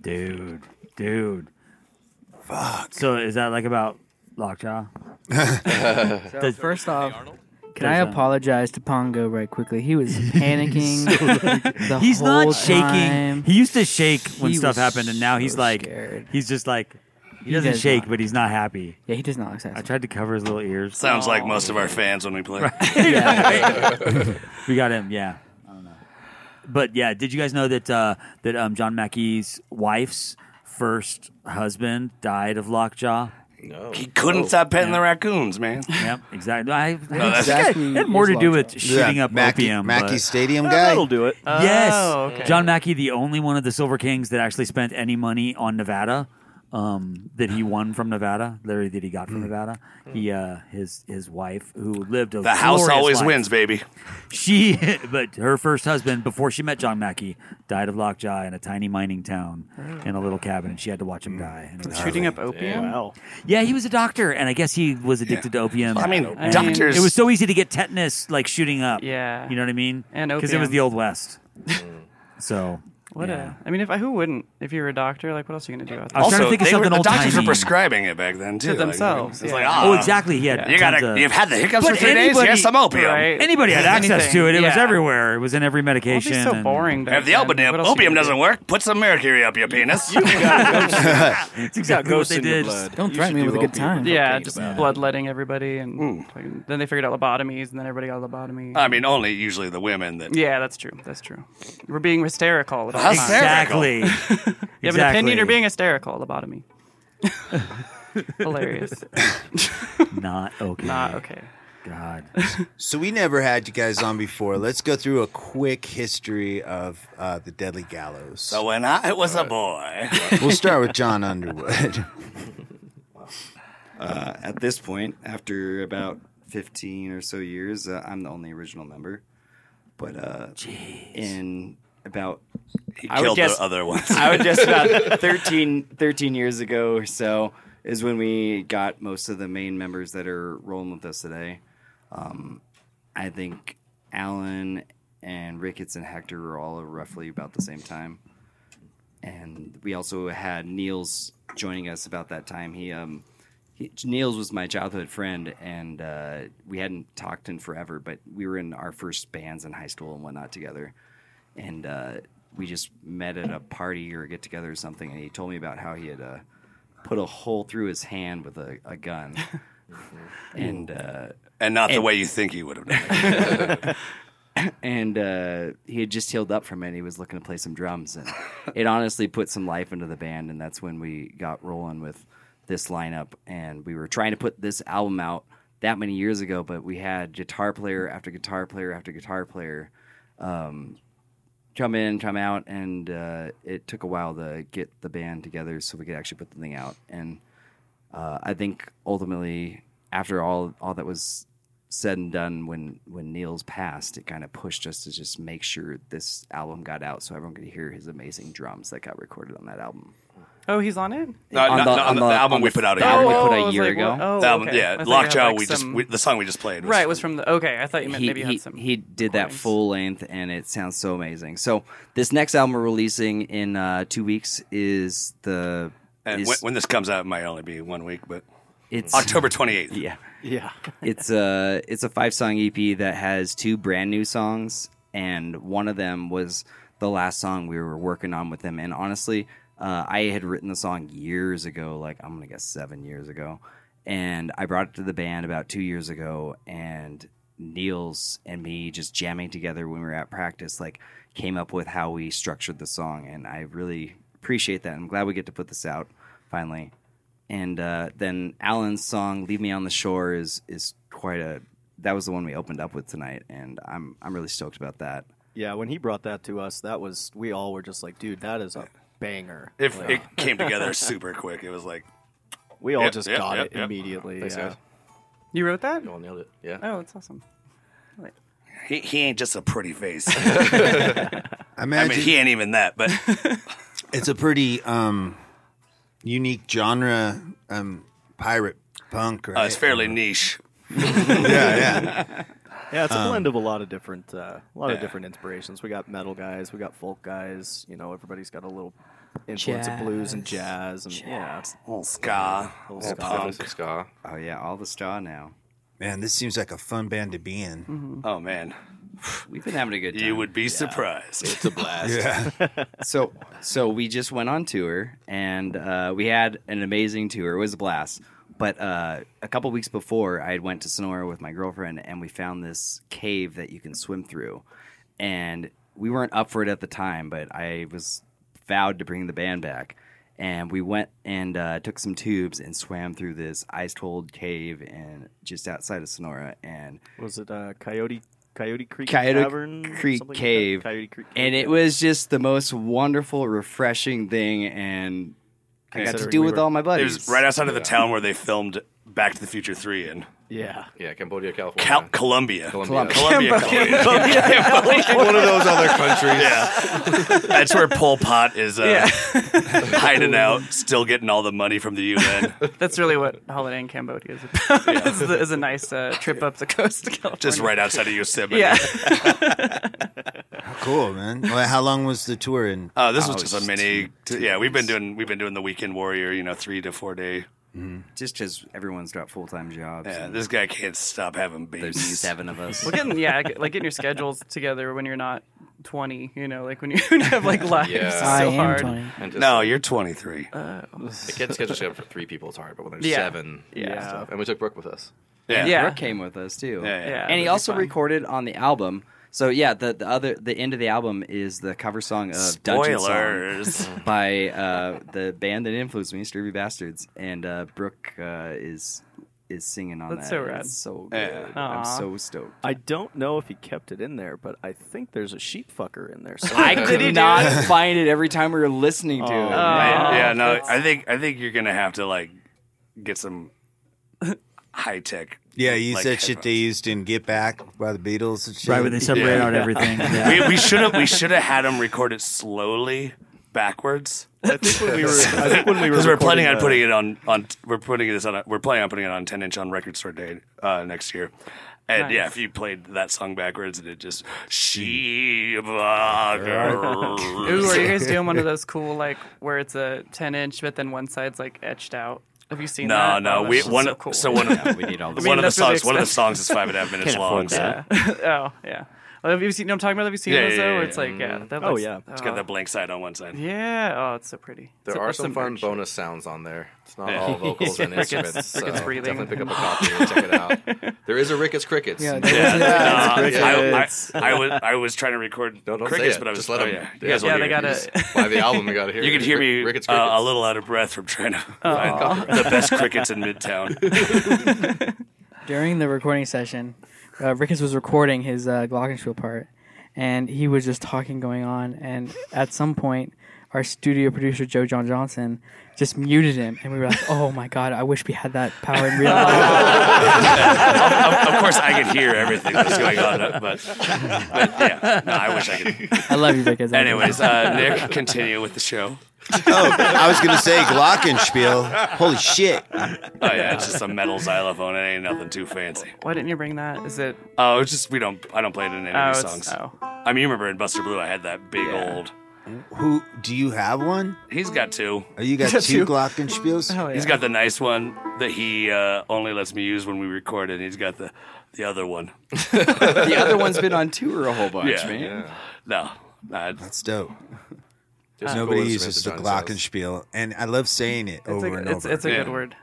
Speaker 10: dude, dude. Fuck. So is that like about Lockjaw?
Speaker 11: So first off, can I
Speaker 10: Does, uh,
Speaker 11: apologize to Pongo right quickly? He was panicking. the
Speaker 10: he's
Speaker 11: whole
Speaker 10: not shaking.
Speaker 11: time.
Speaker 10: He used to shake when
Speaker 11: He
Speaker 10: stuff
Speaker 11: was
Speaker 10: happened, and now he's
Speaker 11: so
Speaker 10: like,
Speaker 11: scared.
Speaker 10: he's just like, he,
Speaker 11: He
Speaker 10: doesn't
Speaker 11: does
Speaker 10: shake,
Speaker 11: not.
Speaker 10: but he's not happy.
Speaker 11: Yeah, he does not look
Speaker 10: I tried to cover his little ears.
Speaker 3: Sounds like most of our fans when we play.
Speaker 10: Yeah. we got him. Yeah. I don't know. But yeah, did you guys know that uh, that um, John Mackey's wife's first husband died of lockjaw?
Speaker 13: No.
Speaker 3: He couldn't stop petting the raccoons, man.
Speaker 10: Yep, exactly. I, I think
Speaker 3: that's-
Speaker 10: it had-
Speaker 3: Exactly
Speaker 10: it had more
Speaker 3: is
Speaker 10: to do with
Speaker 3: lockjaw. Yeah,
Speaker 10: shooting up
Speaker 9: Mackey-
Speaker 10: opium.
Speaker 9: Mackey
Speaker 10: but-
Speaker 9: Stadium guy? That'll do it. Oh,
Speaker 10: yes,
Speaker 9: okay.
Speaker 10: John Mackey, the only one of the Silver Kings that actually spent any money on Nevada. Um, that he won from Nevada, literally that he got from Nevada. He, uh, his his wife, who lived a
Speaker 3: The house
Speaker 10: glorious
Speaker 3: always
Speaker 10: life.
Speaker 3: wins, baby.
Speaker 10: She, but her first husband, before she met John Mackey, died of lockjaw in a tiny mining town in a little cabin, and she had to watch him die. And it was
Speaker 4: Shooting up
Speaker 10: horrible.
Speaker 4: opium? Wow.
Speaker 10: Yeah, he was a doctor, and I guess he was addicted to opium.
Speaker 4: I mean, I mean, doctors-
Speaker 10: It was so easy to get tetanus, like shooting up.
Speaker 4: Yeah.
Speaker 10: you know what I mean.
Speaker 4: And
Speaker 10: it was
Speaker 4: opium.
Speaker 10: the old west. so
Speaker 4: What
Speaker 10: yeah.
Speaker 4: a. I mean, if I, who wouldn't? If you were a doctor, like, what else are you gonna do? Out there?
Speaker 10: I was trying to think of
Speaker 3: they
Speaker 10: something
Speaker 3: were, the
Speaker 10: old
Speaker 3: doctors were
Speaker 10: timey.
Speaker 3: prescribing it back then
Speaker 4: To
Speaker 3: too. like,
Speaker 4: themselves,
Speaker 3: it's
Speaker 4: yeah.
Speaker 3: like,
Speaker 10: oh,
Speaker 3: ah,
Speaker 10: exactly. He had tons
Speaker 3: You gotta.
Speaker 10: of-
Speaker 3: You've had the hiccups
Speaker 10: But
Speaker 3: for three days.
Speaker 10: anybody-
Speaker 3: Here's some opium.
Speaker 10: Right. Anybody had access to it. It was
Speaker 3: Yeah.
Speaker 10: everywhere. It was in every medication.
Speaker 3: so
Speaker 10: and-
Speaker 3: boring If the opium, opium doesn't work, put some mercury up your penis.
Speaker 10: It's exactly what they did. Just
Speaker 11: Don't threaten me with a good time.
Speaker 4: Yeah, just bloodletting everybody, and fucking- then they figured out lobotomies, and then everybody got lobotomy.
Speaker 14: Uh,
Speaker 3: I mean, only usually the women that.
Speaker 4: yeah, that's true. That's true. We're being hysterical. At all times.
Speaker 10: Exactly.
Speaker 4: you have an opinion. You're
Speaker 10: Exactly.
Speaker 4: being hysterical. Lobotomy. Hilarious.
Speaker 10: Not okay.
Speaker 4: Not okay.
Speaker 10: God.
Speaker 9: so we never had you guys on before. Let's go through a quick history of uh, the Deadly Gallows.
Speaker 3: So when I was a boy,
Speaker 9: we'll start with John Underwood.
Speaker 14: Uh, at this point, after about 15 or so years, uh, I'm the only original member. But uh, in about,
Speaker 3: He
Speaker 14: I would
Speaker 3: killed the
Speaker 14: guess-
Speaker 3: other ones.
Speaker 14: I would guess about 13, 13 years ago or so is when we got most of the main members that are rolling with us today. Um, I think Alan and Ricketts and Hector were all roughly about the same time and we also had Niels joining us about that time. He, um, he Niels was my childhood friend, and uh, we hadn't talked in forever, but we were in our first bands in high school and whatnot together, and uh, we just met at a party or get together or something, and he told me about how he had uh, put a hole through his hand with a, a gun, and uh,
Speaker 3: and not the way you think he would have done. it.
Speaker 14: and uh, he had just healed up from it. He was looking to play some drums, and it honestly put some life into the band. And that's when we got rolling with this lineup. And we were trying to put this album out that many years ago, but we had guitar player after guitar player after guitar player um, come in, come out, and uh, it took a while to get the band together so we could actually put the thing out. And uh, I think ultimately, after all all that was said and done, when when Niels passed, it kind of pushed us to just make sure this album got out so everyone could hear his amazing drums that got recorded on that album.
Speaker 4: Oh, he's on it.
Speaker 3: No,
Speaker 14: On
Speaker 3: no,
Speaker 14: the-
Speaker 3: no,
Speaker 14: on
Speaker 3: the,
Speaker 14: the-
Speaker 3: album
Speaker 14: on
Speaker 3: we
Speaker 14: the-
Speaker 3: put out a
Speaker 14: the
Speaker 3: year
Speaker 14: album we
Speaker 3: ago.
Speaker 14: put a I was year like, ago. what-
Speaker 4: oh,
Speaker 3: the album,
Speaker 4: okay. I
Speaker 3: yeah,
Speaker 4: thought you had,
Speaker 3: Lockjaw.
Speaker 4: like,
Speaker 3: we just
Speaker 4: some-
Speaker 3: we, the song we just played. Was,
Speaker 4: right was from the. Okay, I thought you meant
Speaker 14: he,
Speaker 4: maybe you
Speaker 14: he,
Speaker 4: had some.
Speaker 14: he did that full length and it sounds so amazing. So this next album we're releasing in uh, two weeks is the
Speaker 3: And
Speaker 14: is-
Speaker 3: when, when this comes out, it might only be one week, but
Speaker 14: It's-
Speaker 3: October twenty eighth.
Speaker 14: Yeah,
Speaker 12: Yeah.
Speaker 14: it's a it's a five song EP that has two brand new songs, and one of them was the last song we were working on with them. And honestly, uh, I had written the song years ago, like I'm gonna guess seven years ago, and I brought it to the band about two years ago, and Niels and me just jamming together when we were at practice, like came up with how we structured the song, and I really appreciate that. I'm glad we get to put this out finally and uh, then Alan's song "Leave Me on the Shore" is is quite a. That was the one we opened up with tonight, and I'm I'm really stoked about that.
Speaker 12: Yeah, when he brought that to us, that was we all were just like, dude, that is a banger.
Speaker 3: If
Speaker 12: Like,
Speaker 3: it came together super quick, it was like
Speaker 12: we all
Speaker 3: Yep,
Speaker 12: just
Speaker 3: yep,
Speaker 12: got
Speaker 3: yep,
Speaker 12: it
Speaker 3: yep.
Speaker 12: immediately.
Speaker 3: Thanks,
Speaker 12: yeah.
Speaker 3: guys.
Speaker 4: You wrote that?
Speaker 13: No one nailed it. Yeah.
Speaker 4: Oh, that's awesome.
Speaker 3: he, he ain't just a pretty face. I mean,
Speaker 9: Imagine-
Speaker 3: he ain't even that, but
Speaker 9: it's a pretty um, unique genre, um, pirate punk.
Speaker 3: uh,
Speaker 9: Right?
Speaker 3: it's fairly niche.
Speaker 9: yeah, yeah.
Speaker 12: Yeah, it's a
Speaker 9: Um,
Speaker 12: blend of a lot of different, uh, a lot
Speaker 3: yeah.
Speaker 12: of different inspirations. We got metal guys, we got folk guys. You know, everybody's got a little influence of blues and jazz and yeah, it's
Speaker 3: all ska,
Speaker 12: all
Speaker 3: All punk.
Speaker 12: ska.
Speaker 13: ska.
Speaker 14: Uh, Oh yeah, all the ska now. Mm-hmm.
Speaker 9: Man, this seems like a fun band to be in.
Speaker 12: Mm-hmm.
Speaker 3: Oh man,
Speaker 14: we've been having a good. time.
Speaker 3: You would be surprised. It's
Speaker 13: a blast.
Speaker 14: yeah. so so we just went on tour and uh, we had an amazing tour. It was a blast. But uh, a couple weeks before, I had went to Sonora with my girlfriend and we found this cave that you can swim through. And we weren't up for it at the time, but I was vowed to bring the band back. And we went and uh, took some tubes and swam through this ice cold cave and just outside of Sonora. And
Speaker 12: Was it uh, Coyote Coyote Creek
Speaker 14: Coyote
Speaker 12: Cavern?
Speaker 14: Creek
Speaker 12: Something like that?
Speaker 14: Cave.
Speaker 12: Coyote Creek.
Speaker 14: And it was just the most wonderful, refreshing thing. And I got to
Speaker 3: Considering
Speaker 14: do
Speaker 3: we
Speaker 14: with
Speaker 3: were-
Speaker 14: all my
Speaker 3: It
Speaker 14: buddies.
Speaker 3: was right outside of the town where they filmed Back to the Future Three in.
Speaker 12: Yeah.
Speaker 13: Yeah, Cambodia, California.
Speaker 3: Cal- Colombia.
Speaker 13: Colombia.
Speaker 3: Colombia.
Speaker 13: Colombia.
Speaker 3: Colombia.
Speaker 13: Colombia.
Speaker 3: One
Speaker 13: of those other countries.
Speaker 3: Yeah. That's where Pol Pot is uh,
Speaker 4: Yeah.
Speaker 3: hiding out, still getting all the money from the UN.
Speaker 4: That's really what holiday in Cambodia is about. is, the- is a nice uh, trip up the coast to California.
Speaker 3: Just right outside of Yosemite.
Speaker 4: Yeah.
Speaker 9: Cool, man. Well, how long was the tour in?
Speaker 3: Uh, this was
Speaker 9: Oh,
Speaker 3: just a
Speaker 9: it's
Speaker 3: mini.
Speaker 9: two- two
Speaker 3: yeah, we've been
Speaker 9: weeks.
Speaker 3: doing we've been doing the weekend warrior. You know, three to four day.
Speaker 9: Mm-hmm.
Speaker 14: Just because everyone's got full time jobs.
Speaker 3: Yeah,
Speaker 14: and
Speaker 3: this guy can't stop having
Speaker 14: There's
Speaker 3: babies.
Speaker 14: seven of us.
Speaker 4: Well, getting yeah, get- like getting your schedules together when you're not 20. You know, like when you have like lives. It's so hard. Uh,
Speaker 13: And just-
Speaker 3: No, you're 23.
Speaker 4: Oh.
Speaker 13: The kids' schedule together for three people is hard, but when there's
Speaker 14: Yeah.
Speaker 13: seven,
Speaker 14: Yeah.
Speaker 13: it's tough. And we took Brooke with us.
Speaker 14: And Brooke came with us too.
Speaker 13: Yeah, yeah. Yeah,
Speaker 14: and he
Speaker 13: that'd be
Speaker 14: also
Speaker 13: fun.
Speaker 14: recorded on the album. So yeah, the, the other the end of the album is the cover song of Dungeon Song
Speaker 3: Spoilers.
Speaker 14: by uh, the band that influenced me, Scurvy Bastards, and uh, Brooke uh, is is singing on
Speaker 4: That's
Speaker 14: that.
Speaker 4: so rad.
Speaker 14: It's so good.
Speaker 4: Yeah.
Speaker 14: I'm
Speaker 4: Aw.
Speaker 14: so stoked.
Speaker 12: I don't know if he kept it in there, but I think there's a sheep fucker in there.
Speaker 14: I
Speaker 12: somewhere.
Speaker 14: could not find it every time we were listening to
Speaker 4: Oh.
Speaker 14: it.
Speaker 3: Man, yeah, no, I think I think you're gonna have to like get some high tech.
Speaker 9: Yeah, you
Speaker 3: like,
Speaker 9: said shit they used in Get Back by the Beatles and shit.
Speaker 10: Right, where they separate
Speaker 3: Yeah.
Speaker 10: out everything.
Speaker 3: we we should have we should have had them record it slowly backwards.
Speaker 12: I think when we were, I think when we were,
Speaker 3: because we're planning
Speaker 12: recording
Speaker 3: on
Speaker 12: the-
Speaker 3: putting it on on we're putting this on a, we're planning on putting it on 10 inch on record store day uh, next year. And yeah,
Speaker 4: Nice.
Speaker 3: if you played that song backwards, and it just Shiva.
Speaker 4: Ooh, are you guys doing one of those cool like where it's a 10 inch, but then one side's like etched out? Have you seen
Speaker 3: No,
Speaker 4: that?
Speaker 3: no.
Speaker 4: Oh,
Speaker 3: we
Speaker 4: that's
Speaker 3: one
Speaker 4: so
Speaker 3: so,
Speaker 4: cool.
Speaker 3: one of
Speaker 4: I mean,
Speaker 3: one of the
Speaker 4: that's really
Speaker 3: songs one of the
Speaker 4: expensive.
Speaker 3: songs is five and a half minutes long. So.
Speaker 4: Yeah. oh yeah. Well, have you seen? No, I'm talking about. Have you seen those though? Where it's like Oh, yeah.
Speaker 13: Oh,
Speaker 4: That looks, uh,
Speaker 3: it's got the blank side on one side.
Speaker 4: Yeah. Oh, it's so pretty.
Speaker 13: There
Speaker 4: It's-
Speaker 13: are
Speaker 4: it's
Speaker 13: some fun
Speaker 4: merch.
Speaker 13: bonus sounds on there. It's not
Speaker 4: Yeah.
Speaker 13: all vocals and
Speaker 4: Crickets-
Speaker 13: instruments. So
Speaker 4: crickets breathing.
Speaker 13: definitely pick up a copy and check it out. There is a Ricketts Crickets.
Speaker 4: Yeah,
Speaker 3: Yeah.
Speaker 13: Yeah.
Speaker 3: No, I,
Speaker 13: Crickets.
Speaker 3: I, I was I was trying to record
Speaker 13: don't say
Speaker 3: crickets,
Speaker 13: it.
Speaker 3: but I was
Speaker 13: Just let
Speaker 3: oh,
Speaker 13: 'em-
Speaker 3: yeah,
Speaker 13: yeah,
Speaker 3: You guys
Speaker 13: yeah,
Speaker 3: will
Speaker 13: they
Speaker 3: hear it.
Speaker 13: gotta- Just buy the album, you gotta hear
Speaker 3: You
Speaker 13: it.
Speaker 3: can hear me
Speaker 13: Ricketts
Speaker 3: uh, a
Speaker 13: Crickets.
Speaker 3: little out of breath from trying to
Speaker 11: Oh.
Speaker 3: find the best crickets in Midtown.
Speaker 11: During the recording session, uh, Rickens was recording his uh, Glockenspiel part, and he was just talking going on. And at some point, our studio producer Joe John Johnson just muted him, and we were like, "Oh my god, I wish we had that power in real life."
Speaker 3: of, of course, I could hear everything that's going on, but, but yeah, no, I wish I could.
Speaker 11: I love you, Rickens.
Speaker 3: Anyways, uh, Nick, continue with the show.
Speaker 9: Oh, I was gonna say Glockenspiel. Holy shit!
Speaker 3: Oh yeah, it's just a metal xylophone. It ain't nothing too fancy.
Speaker 4: Why didn't you bring that? Is it?
Speaker 3: Oh, it's just we don't. I don't play it in any
Speaker 4: Oh,
Speaker 3: of these
Speaker 4: it's-
Speaker 3: songs. I mean, you remember in Buster Blue, I had that big old.
Speaker 9: Who do you have one?
Speaker 3: He's got two.
Speaker 9: Oh, you got
Speaker 3: Got
Speaker 9: two
Speaker 3: two.
Speaker 9: Glockenspiels.
Speaker 12: Oh,
Speaker 4: Oh,
Speaker 3: He's got the nice one that he uh, only lets me use when we record, and he's got the the other one.
Speaker 14: the other one's been on tour a whole bunch,
Speaker 3: Yeah.
Speaker 14: man.
Speaker 13: Yeah.
Speaker 3: No, nah,
Speaker 9: That's dope.
Speaker 13: There's
Speaker 9: Nobody
Speaker 13: cool
Speaker 9: uses the
Speaker 13: instruments that John sells.
Speaker 9: Glockenspiel, and I love saying it
Speaker 4: It's
Speaker 9: over
Speaker 4: a,
Speaker 9: and
Speaker 4: it's,
Speaker 9: over.
Speaker 4: it's a good word.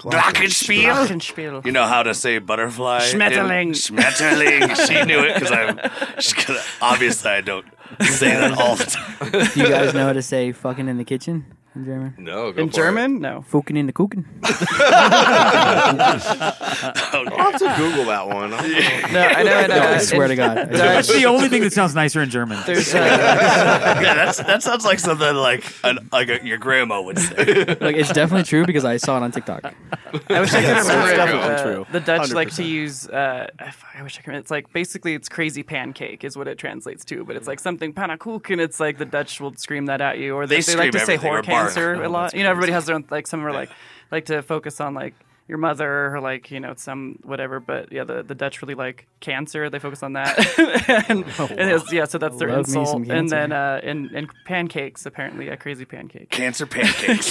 Speaker 3: Glockenspiel?
Speaker 4: Glockenspiel.
Speaker 3: You know how to say butterfly? in-
Speaker 4: Schmetterling.
Speaker 3: Schmetterling. she knew it because I'm. she- 'cause Obviously, I don't say that all the time.
Speaker 11: Do you guys know how to say "fucking in the kitchen" in German?
Speaker 13: No,
Speaker 4: In German? No.
Speaker 11: Fucking in the kuchen.
Speaker 13: I'll have to Google that one. No,
Speaker 4: No, I know.
Speaker 11: No, I swear to God. uh,
Speaker 10: That's the only thing that sounds nicer in German.
Speaker 4: There's, uh,
Speaker 3: yeah, that's, that sounds like something like an, like a, your grandma would say.
Speaker 11: Like it's definitely true because I saw it on TikTok.
Speaker 4: I wish I could
Speaker 11: It's
Speaker 4: remember.
Speaker 11: definitely
Speaker 4: uh,
Speaker 11: true.
Speaker 4: The Dutch like to use. Uh, I f- I wish I could. remember. It's like basically it's crazy pancake is what it translates to, but it's like something panakoek, and it's like the Dutch will scream that at you, or
Speaker 3: They
Speaker 4: they, like
Speaker 3: scream
Speaker 4: to say
Speaker 3: everything, or
Speaker 4: whore
Speaker 3: bark.
Speaker 4: cancer
Speaker 3: Oh,
Speaker 4: a lot. You know, everybody has their own like. Some are like like to focus on like your mother or like you know some whatever. But yeah, the, the Dutch really like cancer. They focus on that, and,
Speaker 3: Oh,
Speaker 4: and it's, yeah, so that's their
Speaker 3: Love me some
Speaker 4: insult. And
Speaker 3: cancer.
Speaker 4: then uh, and and pancakes apparently a crazy pancake.
Speaker 3: Cancer pancakes.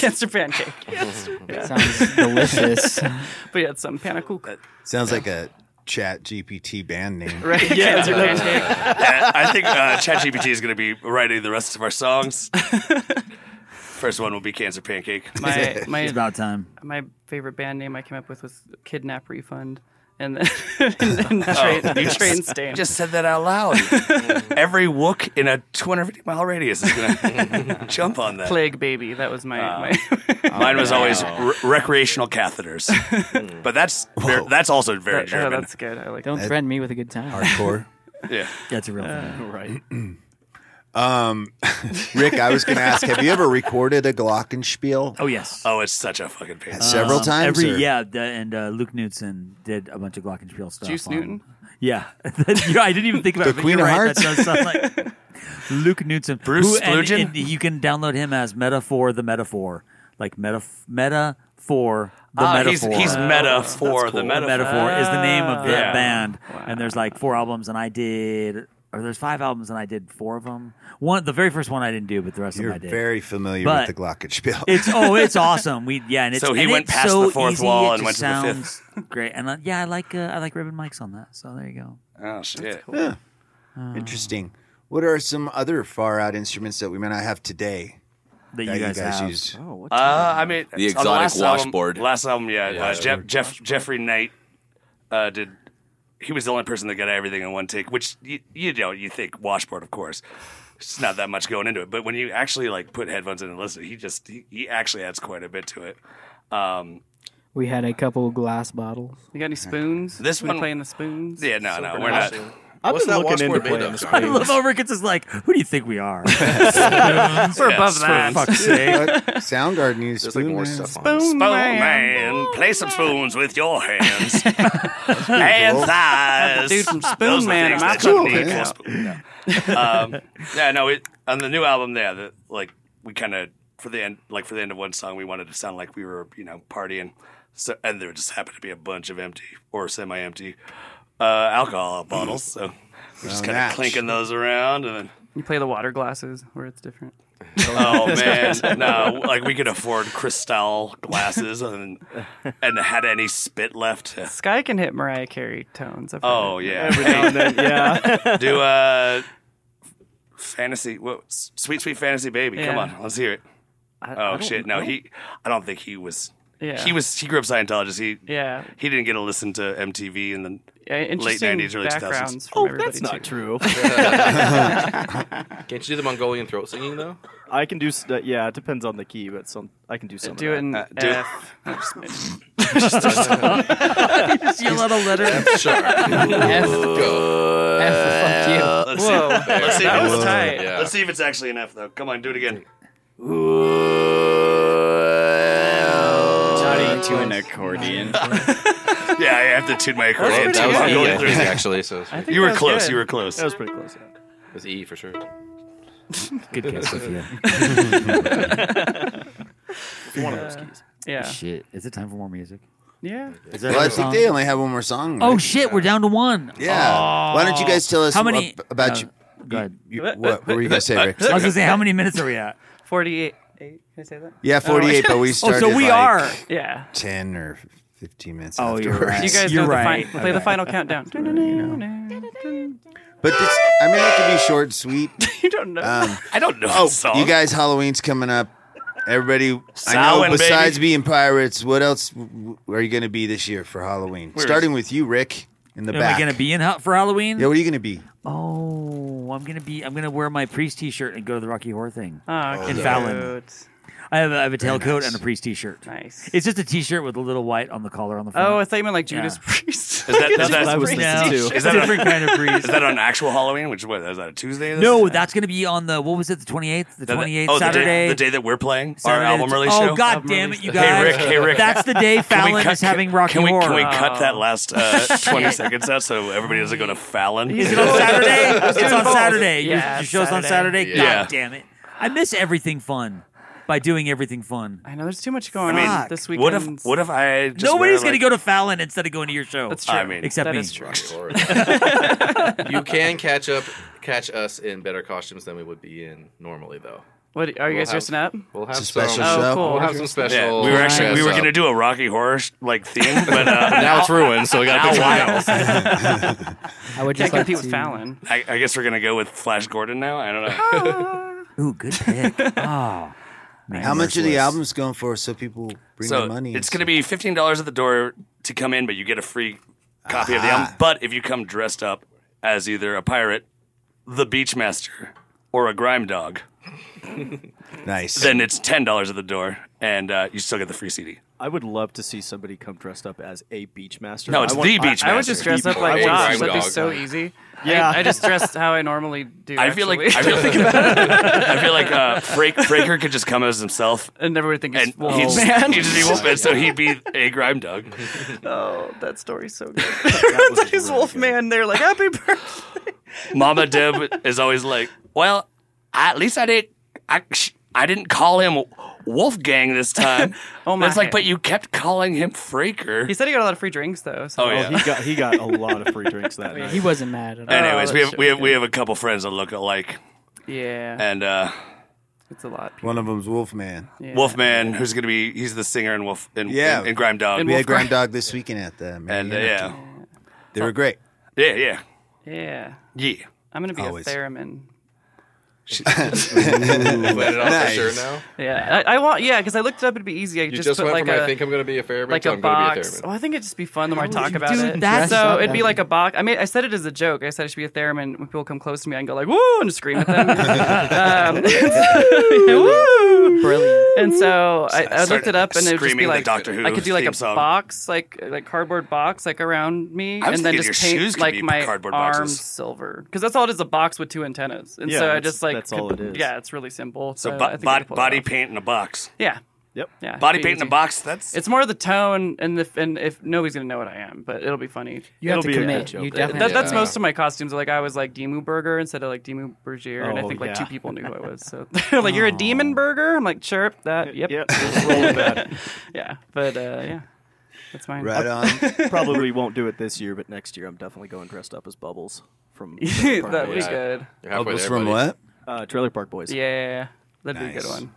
Speaker 4: cancer pancake. Cancer pancake.
Speaker 9: Sounds delicious.
Speaker 4: but yeah, it's some panacook.
Speaker 9: Sounds like a Chat GPT band name.
Speaker 4: Right, Yeah. Cancer Pancake.
Speaker 3: Yeah, I think uh, ChatGPT is going to be writing the rest of our songs. First one will be Cancer Pancake.
Speaker 4: My my
Speaker 10: It's about time.
Speaker 4: My favorite band name I came up with was Kidnap Refund, and then and then train,
Speaker 3: Oh, you
Speaker 4: train
Speaker 3: just-
Speaker 4: stain.
Speaker 3: Just said that out loud. Every wook in a 250 mile radius is going to jump on that.
Speaker 4: Plague Baby. That was my, my
Speaker 3: Mine was always re- recreational catheters, but that's ver- that's also very
Speaker 4: That- yeah,
Speaker 3: German.
Speaker 4: that's good. I like Uh,
Speaker 11: Don't
Speaker 4: that.
Speaker 11: threaten me with a good time.
Speaker 9: Hardcore.
Speaker 3: Yeah.
Speaker 10: That's a real
Speaker 4: thing.
Speaker 12: right.
Speaker 4: Uh,
Speaker 9: Um, Rick, I was going to ask, have you ever recorded a Glockenspiel?
Speaker 10: Oh yes.
Speaker 3: Oh, it's such a fucking pain.
Speaker 9: Several
Speaker 10: Um,
Speaker 9: times,
Speaker 10: Every
Speaker 9: or-
Speaker 10: yeah, the, and uh, Luke Knudsen did a bunch of Glockenspiel stuff.
Speaker 4: Juice
Speaker 10: on-
Speaker 4: Newton?
Speaker 10: Yeah, You know, I didn't even think about
Speaker 9: The
Speaker 10: it. but
Speaker 9: Queen
Speaker 10: you're
Speaker 9: of
Speaker 10: right, that does
Speaker 9: Hearts?
Speaker 10: sound like Luke Knudsen.
Speaker 9: Bruce
Speaker 10: and-
Speaker 9: Splugen?
Speaker 10: and you can download him as Metaphor the Metaphor, like meta metaphor the
Speaker 3: Ah, he's-
Speaker 10: metaphor.
Speaker 3: he's Meta Oh, for that's the cool. Metaphor.
Speaker 10: is the name of the
Speaker 3: Yeah.
Speaker 10: band, and there's like four albums, and I did. Or there's five albums and I did four of them. One, the very first one I didn't do, but the rest of
Speaker 9: You're
Speaker 10: them I did.
Speaker 9: very familiar
Speaker 10: But-
Speaker 9: with the Glockenspiel.
Speaker 10: It's oh, it's awesome. We yeah, and it's
Speaker 3: So he
Speaker 10: and
Speaker 3: went
Speaker 10: it's
Speaker 3: past
Speaker 10: so
Speaker 3: the fourth
Speaker 10: easy.
Speaker 3: wall
Speaker 10: It
Speaker 3: and
Speaker 10: just
Speaker 3: went to the
Speaker 10: sounds Great, and uh, yeah, I like uh, I like ribbon mics on that. So there you go.
Speaker 3: Oh shit!
Speaker 9: Yeah. Interesting. What are some other far out instruments that we may not have today
Speaker 10: that you guys have?
Speaker 9: use?
Speaker 10: Oh,
Speaker 3: Uh, I mean,
Speaker 9: The
Speaker 3: on
Speaker 9: exotic
Speaker 3: last album-
Speaker 9: washboard.
Speaker 3: last album, yeah.
Speaker 9: Yeah,
Speaker 3: uh,
Speaker 9: sure.
Speaker 3: Jeff, Jeff Jeffrey Knight uh, did. He was the only person that got everything in one take, which you, you know you think washboard, of course. It's not that much going into it, but when you actually like put headphones in and listen, he just he, he actually adds quite a bit to it. Um,
Speaker 11: We had a couple glass bottles.
Speaker 4: You got any spoons?
Speaker 3: This
Speaker 4: We
Speaker 3: one-
Speaker 4: playing the spoons.
Speaker 3: Yeah, no, no, we're not.
Speaker 11: I've
Speaker 13: What's
Speaker 11: been
Speaker 13: that
Speaker 11: looking into
Speaker 13: washboard made
Speaker 11: playing
Speaker 13: of,
Speaker 11: this
Speaker 13: John?
Speaker 10: I love how Ricketts is like, who do you think we are? Spoons.
Speaker 3: We're above that.
Speaker 10: For fuck's sake.
Speaker 9: Soundgarden used
Speaker 10: like,
Speaker 9: spoon
Speaker 10: more
Speaker 9: man.
Speaker 10: stuff on
Speaker 3: Spoon, man, play some spoons with your hands, hands,
Speaker 9: cool.
Speaker 3: thighs.
Speaker 4: Do some spoon
Speaker 3: Those are
Speaker 4: man
Speaker 3: things
Speaker 4: in my
Speaker 3: that
Speaker 4: company
Speaker 3: you need for
Speaker 4: now.
Speaker 3: spoon. No. um, yeah, no. It, on the new album, yeah, the, like we kind of for the end, like for the end of one song, we wanted to sound like we were, you know, partying. So, and there just happened to be a bunch of empty or semi-empty uh, alcohol bottles, so we just
Speaker 4: Oh,
Speaker 3: kind of
Speaker 4: match.
Speaker 3: clinking those around, and then
Speaker 4: You play the water glasses where it's different.
Speaker 3: Oh man, no! Like we could afford Cristal glasses and and had any spit left.
Speaker 4: Sky can hit Mariah Carey tones. I've heard
Speaker 3: Oh
Speaker 4: it.
Speaker 3: yeah, Do
Speaker 4: Do
Speaker 3: uh, fantasy. What, sweet, sweet fantasy baby. Come
Speaker 4: Yeah.
Speaker 3: on, let's hear it.
Speaker 4: I- I
Speaker 3: oh
Speaker 4: don't
Speaker 3: shit! No,
Speaker 4: know.
Speaker 3: he. I don't think he was.
Speaker 4: Yeah.
Speaker 3: He was. He grew up Scientologist. He.
Speaker 4: Yeah,
Speaker 3: He didn't get to listen to MTV in the
Speaker 4: Yeah,
Speaker 3: late
Speaker 4: interesting
Speaker 3: nineties, early two
Speaker 4: backgrounds
Speaker 3: thousands.
Speaker 4: from Oh, everybody, that's not
Speaker 12: true.
Speaker 13: Can't you do the Mongolian throat singing though?
Speaker 12: I can do. s- uh, Yeah, it depends on the key, but some I can do some.
Speaker 4: do
Speaker 12: of
Speaker 4: it in
Speaker 14: Uh,
Speaker 12: that.
Speaker 4: F.
Speaker 10: Just yell out a letter. F
Speaker 3: F,
Speaker 10: fuck you.
Speaker 3: Uh, Let's see.
Speaker 10: Whoa.
Speaker 3: Let's see.
Speaker 10: That
Speaker 3: if-
Speaker 10: was tight.
Speaker 3: Yeah. Let's see if it's actually an F though. Come on, do it again.
Speaker 14: Not even to an accordion.
Speaker 3: Yeah, I have to tune my accordion.
Speaker 13: That was
Speaker 3: too.
Speaker 13: E,
Speaker 3: Going
Speaker 13: I
Speaker 3: through
Speaker 13: think,
Speaker 3: it.
Speaker 13: actually. So it's-
Speaker 3: you were close. You were close.
Speaker 12: That was pretty close.
Speaker 13: It was E for sure.
Speaker 10: Good guess, Sophia.
Speaker 12: One of those keys.
Speaker 4: Yeah.
Speaker 10: Shit. Is it time for more music?
Speaker 4: Yeah.
Speaker 10: Is
Speaker 9: Well, I think they only have one more song.
Speaker 10: Oh
Speaker 9: right?
Speaker 10: shit, we're down to one.
Speaker 9: Yeah. Why don't you guys tell us
Speaker 10: how many
Speaker 9: ab-
Speaker 10: uh,
Speaker 9: about you?
Speaker 10: Go ahead.
Speaker 9: you- what were you gonna say, Rick?
Speaker 10: I was gonna say, how many minutes are we at?
Speaker 4: Forty-eight. Eight? Can I say that?
Speaker 9: Yeah,
Speaker 4: Oh,
Speaker 9: 48, but we
Speaker 10: Oh,
Speaker 9: started.
Speaker 10: so we
Speaker 9: like,
Speaker 10: are-
Speaker 4: Yeah.
Speaker 9: Ten or fifteen minutes.
Speaker 10: Oh, you're
Speaker 9: afterwards.
Speaker 10: right.
Speaker 4: You guys know the fin- play the
Speaker 9: Okay.
Speaker 4: final countdown.
Speaker 9: But this, I mean, it could be short, and sweet.
Speaker 4: you don't know.
Speaker 3: I don't know
Speaker 9: Oh,
Speaker 3: the song.
Speaker 9: you guys, Halloween's coming up. Everybody, I
Speaker 3: Samhain,
Speaker 9: know. Besides
Speaker 3: baby.
Speaker 9: being pirates, what else w- w- are you going to be this year for Halloween?
Speaker 10: Where is-
Speaker 9: Starting with you, Rick, in the
Speaker 10: Am
Speaker 9: back.
Speaker 10: I gonna be in hot for Halloween?
Speaker 9: yeah, what are you going to be?
Speaker 10: Oh, I'm gonna be. I'm gonna wear my priest T-shirt and go to the Rocky Horror thing
Speaker 4: Oh,
Speaker 10: in
Speaker 4: cute.
Speaker 10: Fallon. I have, a I have a
Speaker 4: Very
Speaker 10: tailcoat
Speaker 4: nice.
Speaker 10: and a priest T-shirt.
Speaker 4: Nice.
Speaker 10: It's just a T-shirt with a little white on the collar on the front.
Speaker 4: Oh, I thought you meant like Judas
Speaker 10: Yeah.
Speaker 4: Priest.
Speaker 3: Is that, is that,
Speaker 10: listening to.
Speaker 3: Is that
Speaker 10: It's a different kind of priest.
Speaker 3: Is that on actual Halloween? Which what is that a Tuesday?
Speaker 10: No, that's going to be on the what was it? The twenty eighth, the
Speaker 3: That-
Speaker 10: twenty eighth,
Speaker 3: oh, the day-
Speaker 10: Saturday,
Speaker 3: the day that we're playing? Our
Speaker 10: Saturday
Speaker 3: album
Speaker 10: the-
Speaker 3: release
Speaker 10: Oh
Speaker 3: show?
Speaker 10: god
Speaker 3: Album
Speaker 10: damn it,
Speaker 3: release
Speaker 10: you
Speaker 3: show.
Speaker 10: guys!
Speaker 3: Hey, Rick, hey, Rick.
Speaker 10: That's the day
Speaker 3: Can we
Speaker 10: Fallon
Speaker 3: cut-
Speaker 10: is having Rocky
Speaker 3: Can we
Speaker 10: Horror.
Speaker 3: can we
Speaker 10: Oh.
Speaker 3: cut that last uh, twenty
Speaker 10: Shit.
Speaker 3: seconds out so everybody doesn't go to Fallon?
Speaker 10: Is it on Saturday? it's on Saturday. Your-
Speaker 4: Yeah,
Speaker 10: your, show's on
Speaker 4: Saturday.
Speaker 10: Saturday.
Speaker 3: Yeah.
Speaker 10: God damn it! I miss everything fun. by doing everything fun.
Speaker 4: I know there's too much going
Speaker 10: I mean,
Speaker 4: on this weekend.
Speaker 10: what if-
Speaker 3: What if I? Just
Speaker 10: Nobody's
Speaker 3: wear,
Speaker 10: gonna
Speaker 3: like-
Speaker 10: go to Fallon instead of going to your show.
Speaker 3: That's true. I mean,
Speaker 10: except
Speaker 3: that
Speaker 10: me.
Speaker 3: is true.
Speaker 13: you can catch up, catch us in better costumes than we would be in normally, though.
Speaker 4: What are you guys
Speaker 13: have-
Speaker 4: dressing up?
Speaker 13: We'll have
Speaker 4: It's a
Speaker 13: some
Speaker 4: special Oh, show. cool.
Speaker 13: We'll have some special.
Speaker 3: Yeah, we were actually we were
Speaker 13: dress
Speaker 3: gonna
Speaker 13: up.
Speaker 3: do a Rocky Horror sh- like theme, but uh,
Speaker 13: Now it's ruined, so we gotta
Speaker 3: now
Speaker 13: pick
Speaker 3: Wiles.
Speaker 11: I would
Speaker 4: just Can't like compete with to- Fallon.
Speaker 3: I, I guess we're gonna go with Flash Gordon now. I don't know.
Speaker 10: Ooh, good pick. oh,
Speaker 9: How much of the album's going for so people bring
Speaker 3: so
Speaker 9: their money?
Speaker 3: it's gonna be fifteen dollars at the door to come in, but you get a free copy
Speaker 4: Ah.
Speaker 3: of the album. But if you come dressed up as either a pirate, the Beachmaster, or a grime dog,
Speaker 9: nice.
Speaker 3: then it's ten dollars at the door, and uh, you still get the free CD.
Speaker 12: I would love to see somebody come dressed up as a beach master.
Speaker 3: No, it's
Speaker 12: I want-
Speaker 3: the beach
Speaker 4: I would just dress up like
Speaker 12: I want-
Speaker 4: Josh. That'd be so easy.
Speaker 12: Yeah.
Speaker 4: I, I just dressed how I normally do.
Speaker 3: I feel like
Speaker 4: actually.
Speaker 3: I feel like I feel like uh, Frake, Fraker could just come as himself,
Speaker 4: and everyone think he's
Speaker 3: and
Speaker 4: Wolf
Speaker 3: he'd,
Speaker 4: Man.
Speaker 3: He'd just be Wolfman, so he'd be a grime dog.
Speaker 4: Oh, that story's so good. Everyone's like, he's Wolfman. They're like, happy birthday.
Speaker 3: Mama Deb is always like, "Well, I, at least I did. I sh- I didn't call him Wolfgang this time."
Speaker 4: Oh my.
Speaker 3: It's like, but you kept calling him Fraker.
Speaker 4: He said he got a lot of free drinks though. So.
Speaker 3: Oh, yeah.
Speaker 12: He got he got a lot of free drinks that night.
Speaker 11: He wasn't mad at all.
Speaker 3: Anyways,
Speaker 4: Oh,
Speaker 3: we
Speaker 4: that
Speaker 3: have
Speaker 4: shit
Speaker 3: we
Speaker 4: was
Speaker 3: have, we have a couple friends that look alike,
Speaker 4: Yeah.
Speaker 3: and uh,
Speaker 4: it's a lot.
Speaker 9: One of them's Wolfman.
Speaker 3: Wolfman, who's gonna be he's the singer in Wolf in,
Speaker 9: Yeah,
Speaker 3: in, in Grime Dog.
Speaker 9: We had Grime Dog this weekend at the
Speaker 3: and uh,
Speaker 9: Mariana
Speaker 3: yeah,
Speaker 9: Tour. they were great.
Speaker 3: yeah, yeah,
Speaker 4: Yeah.
Speaker 3: yeah.
Speaker 4: I'm gonna be
Speaker 9: Always.
Speaker 4: a theremin.
Speaker 13: Put it on for sure now.
Speaker 4: Yeah, I, I want. Yeah, because I looked it up. It'd be easy. I could
Speaker 13: You
Speaker 4: just,
Speaker 13: just
Speaker 4: put
Speaker 13: went
Speaker 4: like
Speaker 13: from,
Speaker 4: a,
Speaker 13: "I think I'm gonna be a theremin"
Speaker 4: like
Speaker 13: to,
Speaker 4: a
Speaker 13: "I'm gonna be a
Speaker 4: box.
Speaker 13: thereman."
Speaker 4: Oh, I think it'd just be fun the more I
Speaker 13: How
Speaker 4: talk
Speaker 13: would you
Speaker 4: about
Speaker 13: do
Speaker 4: it.
Speaker 13: that?
Speaker 4: So it'd
Speaker 13: Dress
Speaker 4: be
Speaker 13: up.
Speaker 4: like a box. I mean, I said it as a joke. I said I should be a theremin. When people come close to me, I can go like woo and scream at them. um, woo!
Speaker 11: Brilliant.
Speaker 4: And so I, I
Speaker 3: Start
Speaker 4: looked it up, and it would just
Speaker 3: screaming
Speaker 4: be
Speaker 3: the
Speaker 4: like
Speaker 3: Doctor Who
Speaker 4: I could do like
Speaker 3: theme
Speaker 4: a
Speaker 3: song.
Speaker 4: box, like like cardboard box, like around me,
Speaker 3: I was
Speaker 4: and then
Speaker 3: thinking
Speaker 4: just
Speaker 3: your
Speaker 4: paint
Speaker 3: shoes could
Speaker 4: like
Speaker 3: be
Speaker 4: my
Speaker 3: cardboard boxes.
Speaker 4: arms silver, because that's all it is—a box with two antennas. And
Speaker 3: Yeah,
Speaker 4: so I
Speaker 3: that's-
Speaker 4: just like
Speaker 3: that's all
Speaker 4: could-
Speaker 3: it is.
Speaker 4: Yeah, it's really simple.
Speaker 3: So
Speaker 4: I
Speaker 3: bo-
Speaker 4: think I
Speaker 3: bod-
Speaker 4: could pull it
Speaker 3: body
Speaker 4: off.
Speaker 3: paint in a box.
Speaker 4: Yeah.
Speaker 12: Yep.
Speaker 4: Yeah.
Speaker 3: Body
Speaker 4: it'd be
Speaker 3: paint in a
Speaker 4: easy.
Speaker 3: box. That's
Speaker 4: It's more the tone and the and if nobody's gonna know what I am, but it'll be funny.
Speaker 11: You have It'll to be a commit. good joke. You
Speaker 4: That-
Speaker 11: definitely
Speaker 4: that-
Speaker 11: have to
Speaker 4: that's
Speaker 11: commit.
Speaker 4: most of my costumes. Like I was like Demu Burger instead of like Demu Bergier, and I
Speaker 11: Oh,
Speaker 4: think like
Speaker 11: yeah.
Speaker 4: two people knew who I was. So they're like, "You're a demon burger." I'm like, "Chirp that." Yep. yeah. But uh, yeah, that's mine.
Speaker 12: Probably won't do it this year, but next year I'm definitely going dressed up as Bubbles from.
Speaker 4: That'd be good.
Speaker 9: Bubbles from what?
Speaker 12: Uh, Trailer Park Boys.
Speaker 4: Yeah, that'd be a good
Speaker 12: Nice.
Speaker 4: one.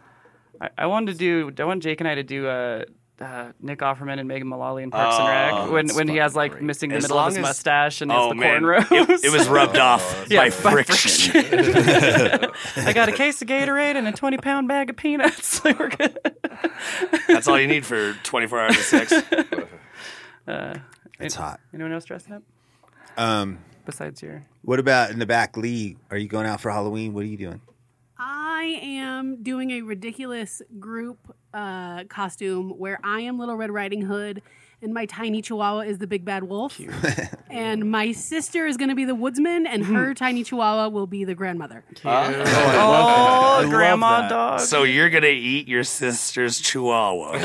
Speaker 4: I, I wanted to do. I want Jake and I to do uh, uh, Nick Offerman and Megan Mullally in Parks
Speaker 3: Oh,
Speaker 4: and Rec when
Speaker 3: that's
Speaker 4: when he has like missing the
Speaker 3: As
Speaker 4: middle of
Speaker 3: long
Speaker 4: his
Speaker 3: as-
Speaker 4: mustache and
Speaker 3: oh,
Speaker 4: has the
Speaker 3: man.
Speaker 4: cornrows.
Speaker 3: It- it was rubbed off by friction.
Speaker 4: I got a case of Gatorade and a twenty pound bag of peanuts. Like, we're good.
Speaker 3: that's all you need for 24 hours of sex.
Speaker 4: Uh,
Speaker 9: It's
Speaker 4: an-
Speaker 9: hot.
Speaker 4: Anyone else dressing up
Speaker 9: Um,
Speaker 4: besides your?
Speaker 9: what about in the back, Lee? Are you going out for Halloween? What are you doing?
Speaker 5: I am doing a ridiculous group uh, costume where I am Little Red Riding Hood and my tiny chihuahua is the big bad wolf. and my sister is going to be the woodsman and her tiny chihuahua will be the grandmother.
Speaker 4: Oh, grandma dog.
Speaker 3: So you're gonna eat your sister's chihuahua.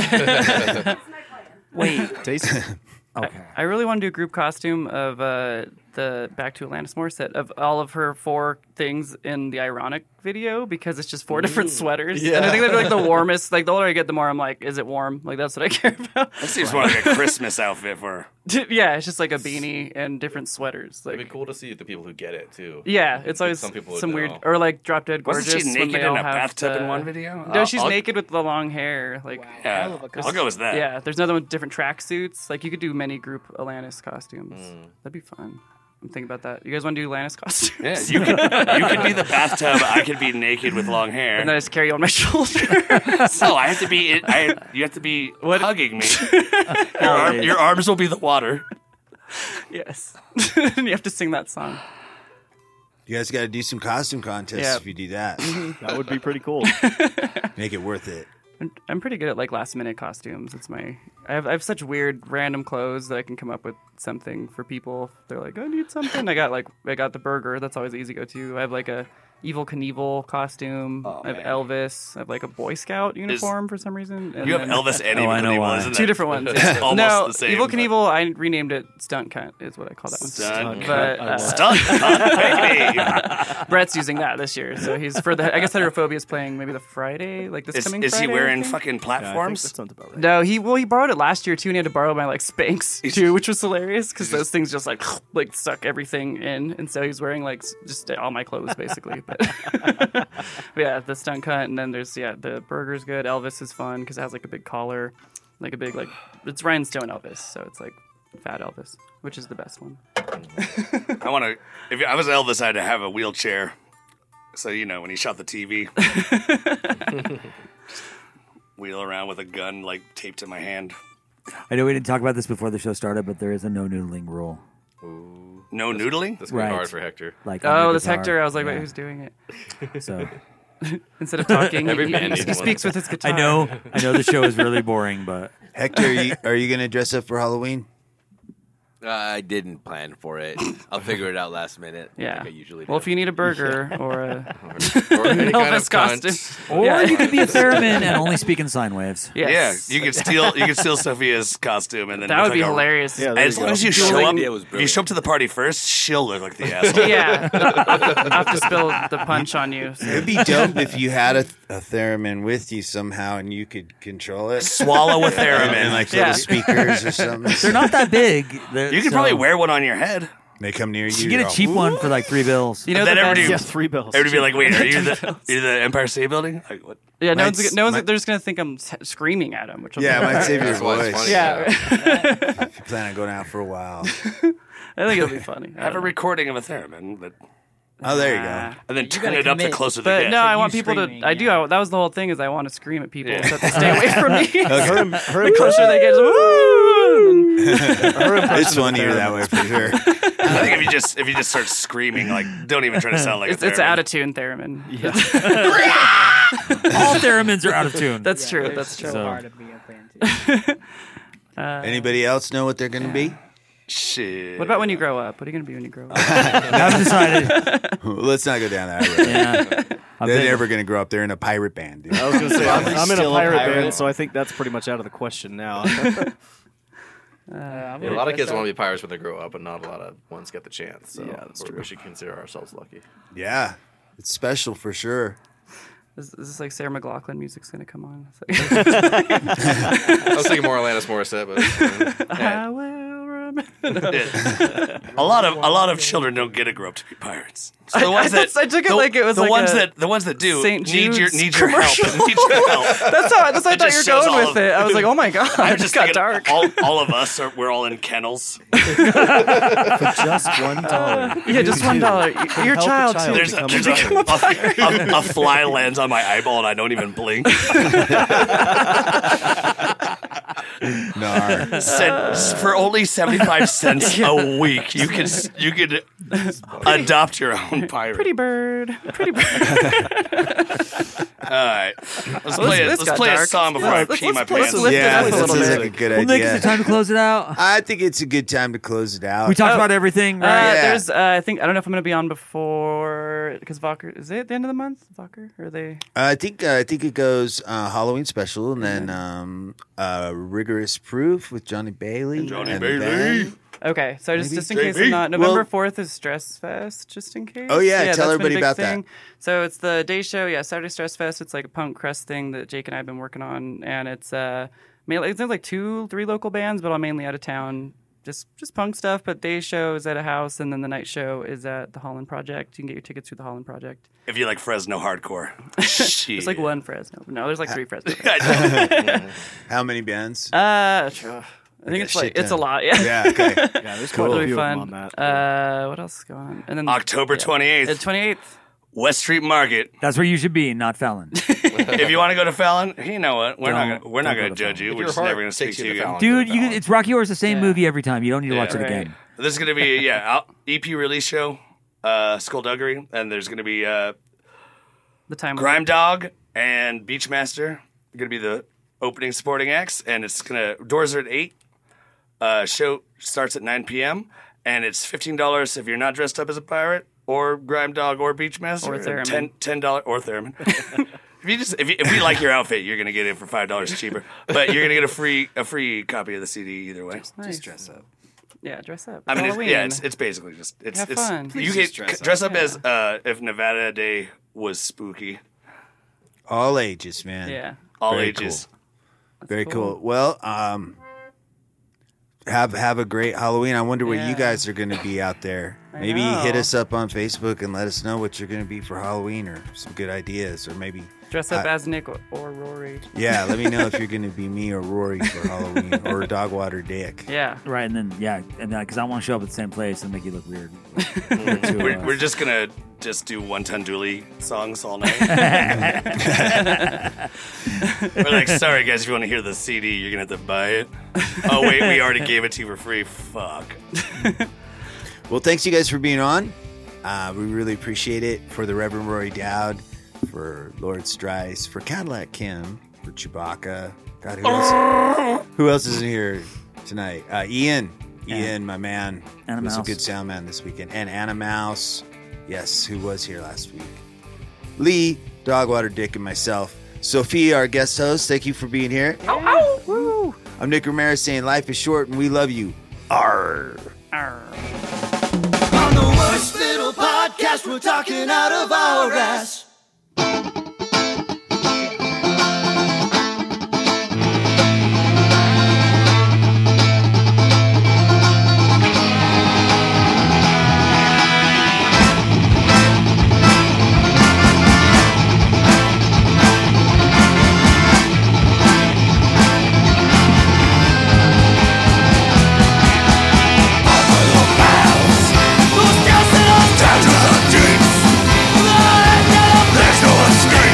Speaker 10: Wait,
Speaker 4: Okay. I, I really want to do a group costume of uh, the Back to Atlantis Moore set of all of her four things in the ironic video because it's just four different sweaters. And I think they're like the warmest. Like the older I get, the more I'm like, is it warm? Like that's what I care about.
Speaker 3: That seems more like a Christmas outfit for.
Speaker 4: yeah, it's just like a beanie and different sweaters. Like
Speaker 13: It'd be cool to see the people who get it too.
Speaker 4: yeah, it's always
Speaker 13: some
Speaker 4: some,
Speaker 13: people would
Speaker 4: weird
Speaker 13: know.
Speaker 4: or like drop dead
Speaker 13: Wasn't
Speaker 4: gorgeous.
Speaker 13: she
Speaker 4: when they
Speaker 13: naked in
Speaker 4: all
Speaker 13: a
Speaker 4: have
Speaker 13: bathtub in
Speaker 4: the-
Speaker 13: one video?
Speaker 4: No,
Speaker 3: Oh,
Speaker 13: I'll-
Speaker 4: she's
Speaker 13: I'll-
Speaker 4: naked with the long hair. Like
Speaker 13: Yeah, Hell of a I'll costume. go with that.
Speaker 4: Yeah, there's another one with different tracksuits. Like you could do many group Alanis costumes.
Speaker 13: Mm.
Speaker 4: That'd be fun. I'm thinking about that. You guys want to do Alanis costumes?
Speaker 3: Yeah, you could you could be the bathtub. I could be naked with long hair.
Speaker 4: And then I just carry you on my shoulder.
Speaker 3: No, I have to be. it- I, you have to be hugging me. your,
Speaker 4: Oh,
Speaker 3: arm, your arms will be the water.
Speaker 4: yes. and you have to sing that song.
Speaker 9: You guys got to do some costume contests
Speaker 4: Yeah.
Speaker 9: if you do that.
Speaker 4: That would be
Speaker 12: pretty cool.
Speaker 9: Make it worth it.
Speaker 4: I'm, I'm pretty good at like last minute costumes. It's my I have I have such weird random clothes that I can come up with something for people. If They're like, I need something. I got like I got the burger. That's always easy go to. I have like a evil Knievel costume.
Speaker 3: Oh,
Speaker 4: I have Elvis. I have like a Boy Scout uniform for some reason.
Speaker 3: You have Elvis and Oh, Evil I know Knievel, why. isn't
Speaker 4: Two
Speaker 3: that-
Speaker 4: different ones.
Speaker 3: It's almost
Speaker 4: no,
Speaker 3: the same,
Speaker 4: Evil
Speaker 3: but-
Speaker 4: Knievel. I renamed it Stunt Cunt. Is what I call that one.
Speaker 3: Stunt
Speaker 4: But, uh,
Speaker 3: Cunt. I love it. Stunt Cunt, baby.
Speaker 4: Brett's using that this year, so he's for the. I guess Heterophobia is playing maybe the Friday, like this
Speaker 3: Is-
Speaker 4: coming.
Speaker 3: is he
Speaker 4: Friday, I
Speaker 3: wearing
Speaker 4: think.
Speaker 3: fucking Yeah, I think platforms? that sounds about right.
Speaker 4: No, he well he borrowed it last year too, and he had to borrow my like Spanx too, which was hilarious because those things just like like suck everything in, and so he's wearing like s- just all my clothes basically. But, but yeah, the stunt cut, and then there's yeah the burger's good. Elvis is fun because it has like a big collar, like a big like it's rhinestone Elvis, so it's like fat Elvis, which is the best one.
Speaker 3: I want to. If I was Elvis, I'd have a wheelchair. So you know when he shot the TV, wheel around with a gun like taped to my hand.
Speaker 10: I know we didn't talk about this before the show started, but there is a no noodling rule.
Speaker 3: No noodling.
Speaker 13: That's gonna be hard for Hector.
Speaker 10: Like on
Speaker 4: oh,
Speaker 10: the
Speaker 4: this
Speaker 10: guitar.
Speaker 4: Hector, I was like,
Speaker 10: Yeah.
Speaker 4: wait, who's doing it?
Speaker 10: So-
Speaker 4: instead of talking,
Speaker 10: Every
Speaker 4: he,
Speaker 10: band
Speaker 4: he,
Speaker 10: needs
Speaker 4: he
Speaker 10: one.
Speaker 4: speaks with his
Speaker 10: I
Speaker 4: guitar.
Speaker 10: know- I know the show is really boring, but
Speaker 9: Hector, are you, are you going to dress up for Halloween?
Speaker 13: Uh,
Speaker 15: I didn't plan for it. I'll figure it out last minute.
Speaker 4: Yeah.
Speaker 15: like I usually do.
Speaker 4: Well, if you need a burger or a
Speaker 15: Or any
Speaker 4: an
Speaker 15: kind
Speaker 4: Elvis
Speaker 15: of cunt.
Speaker 4: costume,
Speaker 10: Or
Speaker 4: Yeah.
Speaker 10: you could be a theremin and only speak in sine waves.
Speaker 3: Yeah, you could steal you could steal Sophia's costume and then
Speaker 4: That
Speaker 3: look
Speaker 4: would
Speaker 3: like
Speaker 4: be
Speaker 3: a-
Speaker 4: hilarious. Yeah,
Speaker 3: and
Speaker 4: there
Speaker 3: as
Speaker 4: you go.
Speaker 3: long as you
Speaker 4: The
Speaker 3: show up,
Speaker 4: idea was
Speaker 3: if you show up to the party first, she'll look like the asshole.
Speaker 4: yeah, I have to spill the punch on you. so-
Speaker 9: It'd be dope if you had a, a theremin with you somehow and you could control it.
Speaker 3: Swallow a
Speaker 9: Yeah, and,
Speaker 3: theremin.
Speaker 9: like
Speaker 3: Yeah.
Speaker 9: little speakers or something.
Speaker 10: They're not that big. They're-
Speaker 3: You could
Speaker 10: so-
Speaker 3: probably wear one on your head.
Speaker 9: They come near you.
Speaker 10: You get
Speaker 9: you're
Speaker 10: a cheap
Speaker 9: all,
Speaker 10: one for like three bills.
Speaker 3: You know then everybody, Everybody be like, "Wait, are you
Speaker 4: Three
Speaker 3: the, are you the Empire State Building?" Like, what?
Speaker 4: Yeah, no
Speaker 3: Might
Speaker 4: one's
Speaker 3: s-
Speaker 4: no one's.
Speaker 3: might-
Speaker 4: they're just gonna think I'm s- screaming at him. Which will
Speaker 9: Yeah,
Speaker 4: be
Speaker 9: it might save your That's why it's voice. funny,
Speaker 4: Yeah,
Speaker 9: If you plan on going out for a while.
Speaker 4: I think it'll be funny.
Speaker 3: I have a recording of a theremin, but
Speaker 9: Oh, there you
Speaker 3: and
Speaker 9: go.
Speaker 3: then turn it up to closer to
Speaker 4: But
Speaker 3: the
Speaker 4: no, I want people to. I do. I, that was the whole thing. Is I want to scream at people
Speaker 3: Yeah.
Speaker 4: so they stay away from me.
Speaker 3: Okay. Her im- her
Speaker 4: the closer they get,
Speaker 9: it's one ear that way for sure.
Speaker 3: I think if you just if you just start screaming, like don't even try to sound like
Speaker 4: it's,
Speaker 3: a
Speaker 4: it's
Speaker 3: theremin.
Speaker 4: out of tune theremin.
Speaker 10: All theremins are out of tune.
Speaker 4: That's true.
Speaker 10: Yeah,
Speaker 4: that's true.
Speaker 10: so- hard
Speaker 11: to be
Speaker 9: Anybody else know what they're going to be?
Speaker 3: Shit.
Speaker 4: Uh, What about when you grow up? What are you gonna be when you grow up?
Speaker 9: I've decided. Let's not go down that road.
Speaker 10: Yeah.
Speaker 9: They're never going to grow up. They're in a pirate band. Dude.
Speaker 12: I was gonna say I'm, I'm in a pirate, band, so I think that's pretty much out of the question
Speaker 4: Uh,
Speaker 12: now.
Speaker 13: Yeah, a lot of kids want to be pirates when they grow up, but not a lot of ones get the chance. So
Speaker 12: Yeah, that's
Speaker 13: we're-
Speaker 12: true.
Speaker 13: we should consider ourselves lucky.
Speaker 9: Yeah, it's special for sure.
Speaker 4: Is, is this like Sarah McLaughlin music's gonna come on? It's like-
Speaker 13: I was thinking more Alanis Morissette, but
Speaker 4: I will remember.
Speaker 3: Yeah. a lot of a lot of children don't get to grow up to be pirates. So the
Speaker 4: I- I
Speaker 3: ones that
Speaker 4: thought- I took it
Speaker 3: the-
Speaker 4: like it was
Speaker 3: the
Speaker 4: like
Speaker 3: ones
Speaker 4: a
Speaker 3: that the ones that do
Speaker 4: St.
Speaker 3: need your
Speaker 4: Jude's
Speaker 3: need your
Speaker 4: commercial.
Speaker 3: help. Need your help.
Speaker 4: That's how that's how I
Speaker 3: It
Speaker 4: thought
Speaker 3: just
Speaker 4: you were
Speaker 3: shows
Speaker 4: going
Speaker 3: all
Speaker 4: with
Speaker 3: of-
Speaker 4: it. I was like, oh my god,
Speaker 3: I'm
Speaker 4: it just got
Speaker 3: thinking
Speaker 4: dark.
Speaker 3: All, all of us are we're all in kennels.
Speaker 10: For just one dollar.
Speaker 4: yeah, just one dollar. Y- Your child. too.
Speaker 3: There's a, there's a, a- a- a fly lands on my eyeball and I don't even blink.
Speaker 9: Nar.
Speaker 3: Sen- for only seventy five cents a week, you could s- you could adopt your own pirate.
Speaker 4: Pretty bird. Pretty bird.
Speaker 3: All right, let's
Speaker 4: Well, this-
Speaker 3: play. a,
Speaker 4: this
Speaker 3: let's
Speaker 4: got
Speaker 3: play a
Speaker 4: dark.
Speaker 3: song before
Speaker 4: Let's-
Speaker 3: I
Speaker 4: let's-
Speaker 3: pee my
Speaker 4: let's- let's
Speaker 3: pants.
Speaker 4: lift it
Speaker 9: yeah,
Speaker 4: up a
Speaker 9: that
Speaker 4: little
Speaker 9: sounds
Speaker 4: bit.
Speaker 9: like a good
Speaker 10: Well,
Speaker 9: idea.
Speaker 10: Nick, is it time to close it out?
Speaker 9: I think it's a good time to close it out.
Speaker 10: We talked about everything,
Speaker 4: Uh,
Speaker 10: right?
Speaker 4: There's, uh, I think, I don't know if I'm going to be on before because Vocker is it the end of the month? Vocker, or are they?
Speaker 9: I think uh, I think it goes uh, Halloween special and then um, uh, rigorous proof with Johnny Bailey. And
Speaker 3: Johnny
Speaker 9: then-
Speaker 3: Bailey.
Speaker 4: Okay, so just
Speaker 9: Maybe?
Speaker 4: just in case I'm
Speaker 9: Maybe.
Speaker 4: not November
Speaker 9: Well-
Speaker 4: fourth is Stress Fest, just in case.
Speaker 9: Oh, yeah,
Speaker 4: that's been
Speaker 9: tell
Speaker 4: a
Speaker 9: everybody
Speaker 4: big
Speaker 9: about that.
Speaker 4: thing. So it's the day show, yeah, Saturday Stress Fest. It's like a punk crust thing that Jake and I have been working on, and it's uh mainly it's like two, three local bands, but all mainly out of town. Just just punk stuff, but day show is at a house, and then the night show is at the Holland Project. You can get your tickets through the Holland Project.
Speaker 3: If you like Fresno hardcore,
Speaker 4: It's like one Fresno. No, there's like three Fresno.
Speaker 9: How many bands?
Speaker 4: Uh, sure. I think
Speaker 9: a
Speaker 4: it's like
Speaker 9: shit
Speaker 4: it's a
Speaker 9: ton.
Speaker 4: lot. Yeah.
Speaker 9: Yeah, okay. Yeah,
Speaker 12: there's
Speaker 9: quite a
Speaker 4: It'll be
Speaker 9: few of
Speaker 4: fun.
Speaker 9: them
Speaker 12: on
Speaker 4: Uh, what else is going on? And then Uh,
Speaker 3: October twenty eighth,
Speaker 4: twenty eighth,
Speaker 3: West Street Market.
Speaker 10: That's where you should be, not Fallon.
Speaker 3: if you want to go to Fallon, you know what? We're
Speaker 10: Don't-
Speaker 3: not gonna, we're not
Speaker 10: don't
Speaker 3: going
Speaker 10: go
Speaker 3: to
Speaker 10: to
Speaker 3: judge
Speaker 10: Fallon.
Speaker 3: you.
Speaker 10: If
Speaker 3: We're
Speaker 10: your
Speaker 3: just
Speaker 10: heart
Speaker 3: never going to speak
Speaker 10: takes
Speaker 3: to
Speaker 10: you
Speaker 3: you.
Speaker 10: to
Speaker 3: again.
Speaker 10: Dude, you, it's Rocky Horror. It's the same movie every time. You don't need to watch
Speaker 3: Yeah.
Speaker 10: it again.
Speaker 3: This is going to be yeah, out- EP release show, uh, Skullduggery, and there's going to be uh,
Speaker 4: the time
Speaker 3: Grime Dog and Beachmaster. Going to be the opening supporting acts, and it's going to doors are at eight. Uh, show starts at 9 p.m. and it's fifteen dollars if you're not dressed up as a pirate or grime dog or beach master.
Speaker 4: Or
Speaker 3: and
Speaker 4: theremin.
Speaker 3: Ten ten dollar or theremin. if you just if, you, if we like your outfit, you're gonna get it for five dollars cheaper. But you're gonna get a free a free copy of the CD either way.
Speaker 4: Nice. Just dress
Speaker 14: up.
Speaker 4: Yeah, dress up.
Speaker 3: I mean, it's,
Speaker 4: Halloween.
Speaker 3: yeah, it's, it's basically just it's
Speaker 4: Have
Speaker 3: it's
Speaker 4: fun.
Speaker 3: you
Speaker 4: Please
Speaker 3: get
Speaker 4: just dress
Speaker 3: dress, dress
Speaker 4: up.
Speaker 3: up as uh, if Nevada Day was spooky.
Speaker 9: All ages, man.
Speaker 3: Yeah. All ages.
Speaker 9: Cool. Very cool. Well, um, have have a great Halloween. I wonder where you
Speaker 4: Yeah.
Speaker 9: guys are going to be out there.
Speaker 4: I
Speaker 9: Maybe
Speaker 4: know.
Speaker 9: hit us up on Facebook and let us know what you're going to be for Halloween or some good ideas or maybe
Speaker 4: Dress up
Speaker 9: I-
Speaker 4: as Nick or, or Rory.
Speaker 9: Yeah, let me know if you're going to be me or Rory for Halloween or Dogwater Dick.
Speaker 4: Yeah.
Speaker 10: Right, and then yeah, and because I want to show up at the same place and make you look weird.
Speaker 3: we're, we're just gonna just do one ton dooley songs all night. we're like, sorry guys, if you want to hear the CD, you're gonna have to buy it. Oh wait, we already gave it to you for free. Fuck.
Speaker 9: Well, thanks you guys for being on. Uh, we really appreciate it for the Reverend Rory Dowd, for Lord Strice, for Cadillac Kim, for Chewbacca. God, who else? who else is in here tonight? Uh, Ian, Ian, my man,
Speaker 10: Anna
Speaker 9: He was
Speaker 10: Mouse.
Speaker 9: a good sound man this weekend, and Anna Mouse. Yes, who was here last week? Lee, Dogwater Dick, and myself. Sophia, our guest host, thank you for being here. I'm Nick Ramirez saying life is short and we love you. Arr.
Speaker 2: On the worst little podcast, we're talking out of our ass. Who's casting off? Down to the deep. Let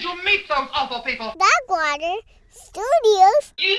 Speaker 16: to meet those awful people.
Speaker 1: Backwater Studios.
Speaker 16: You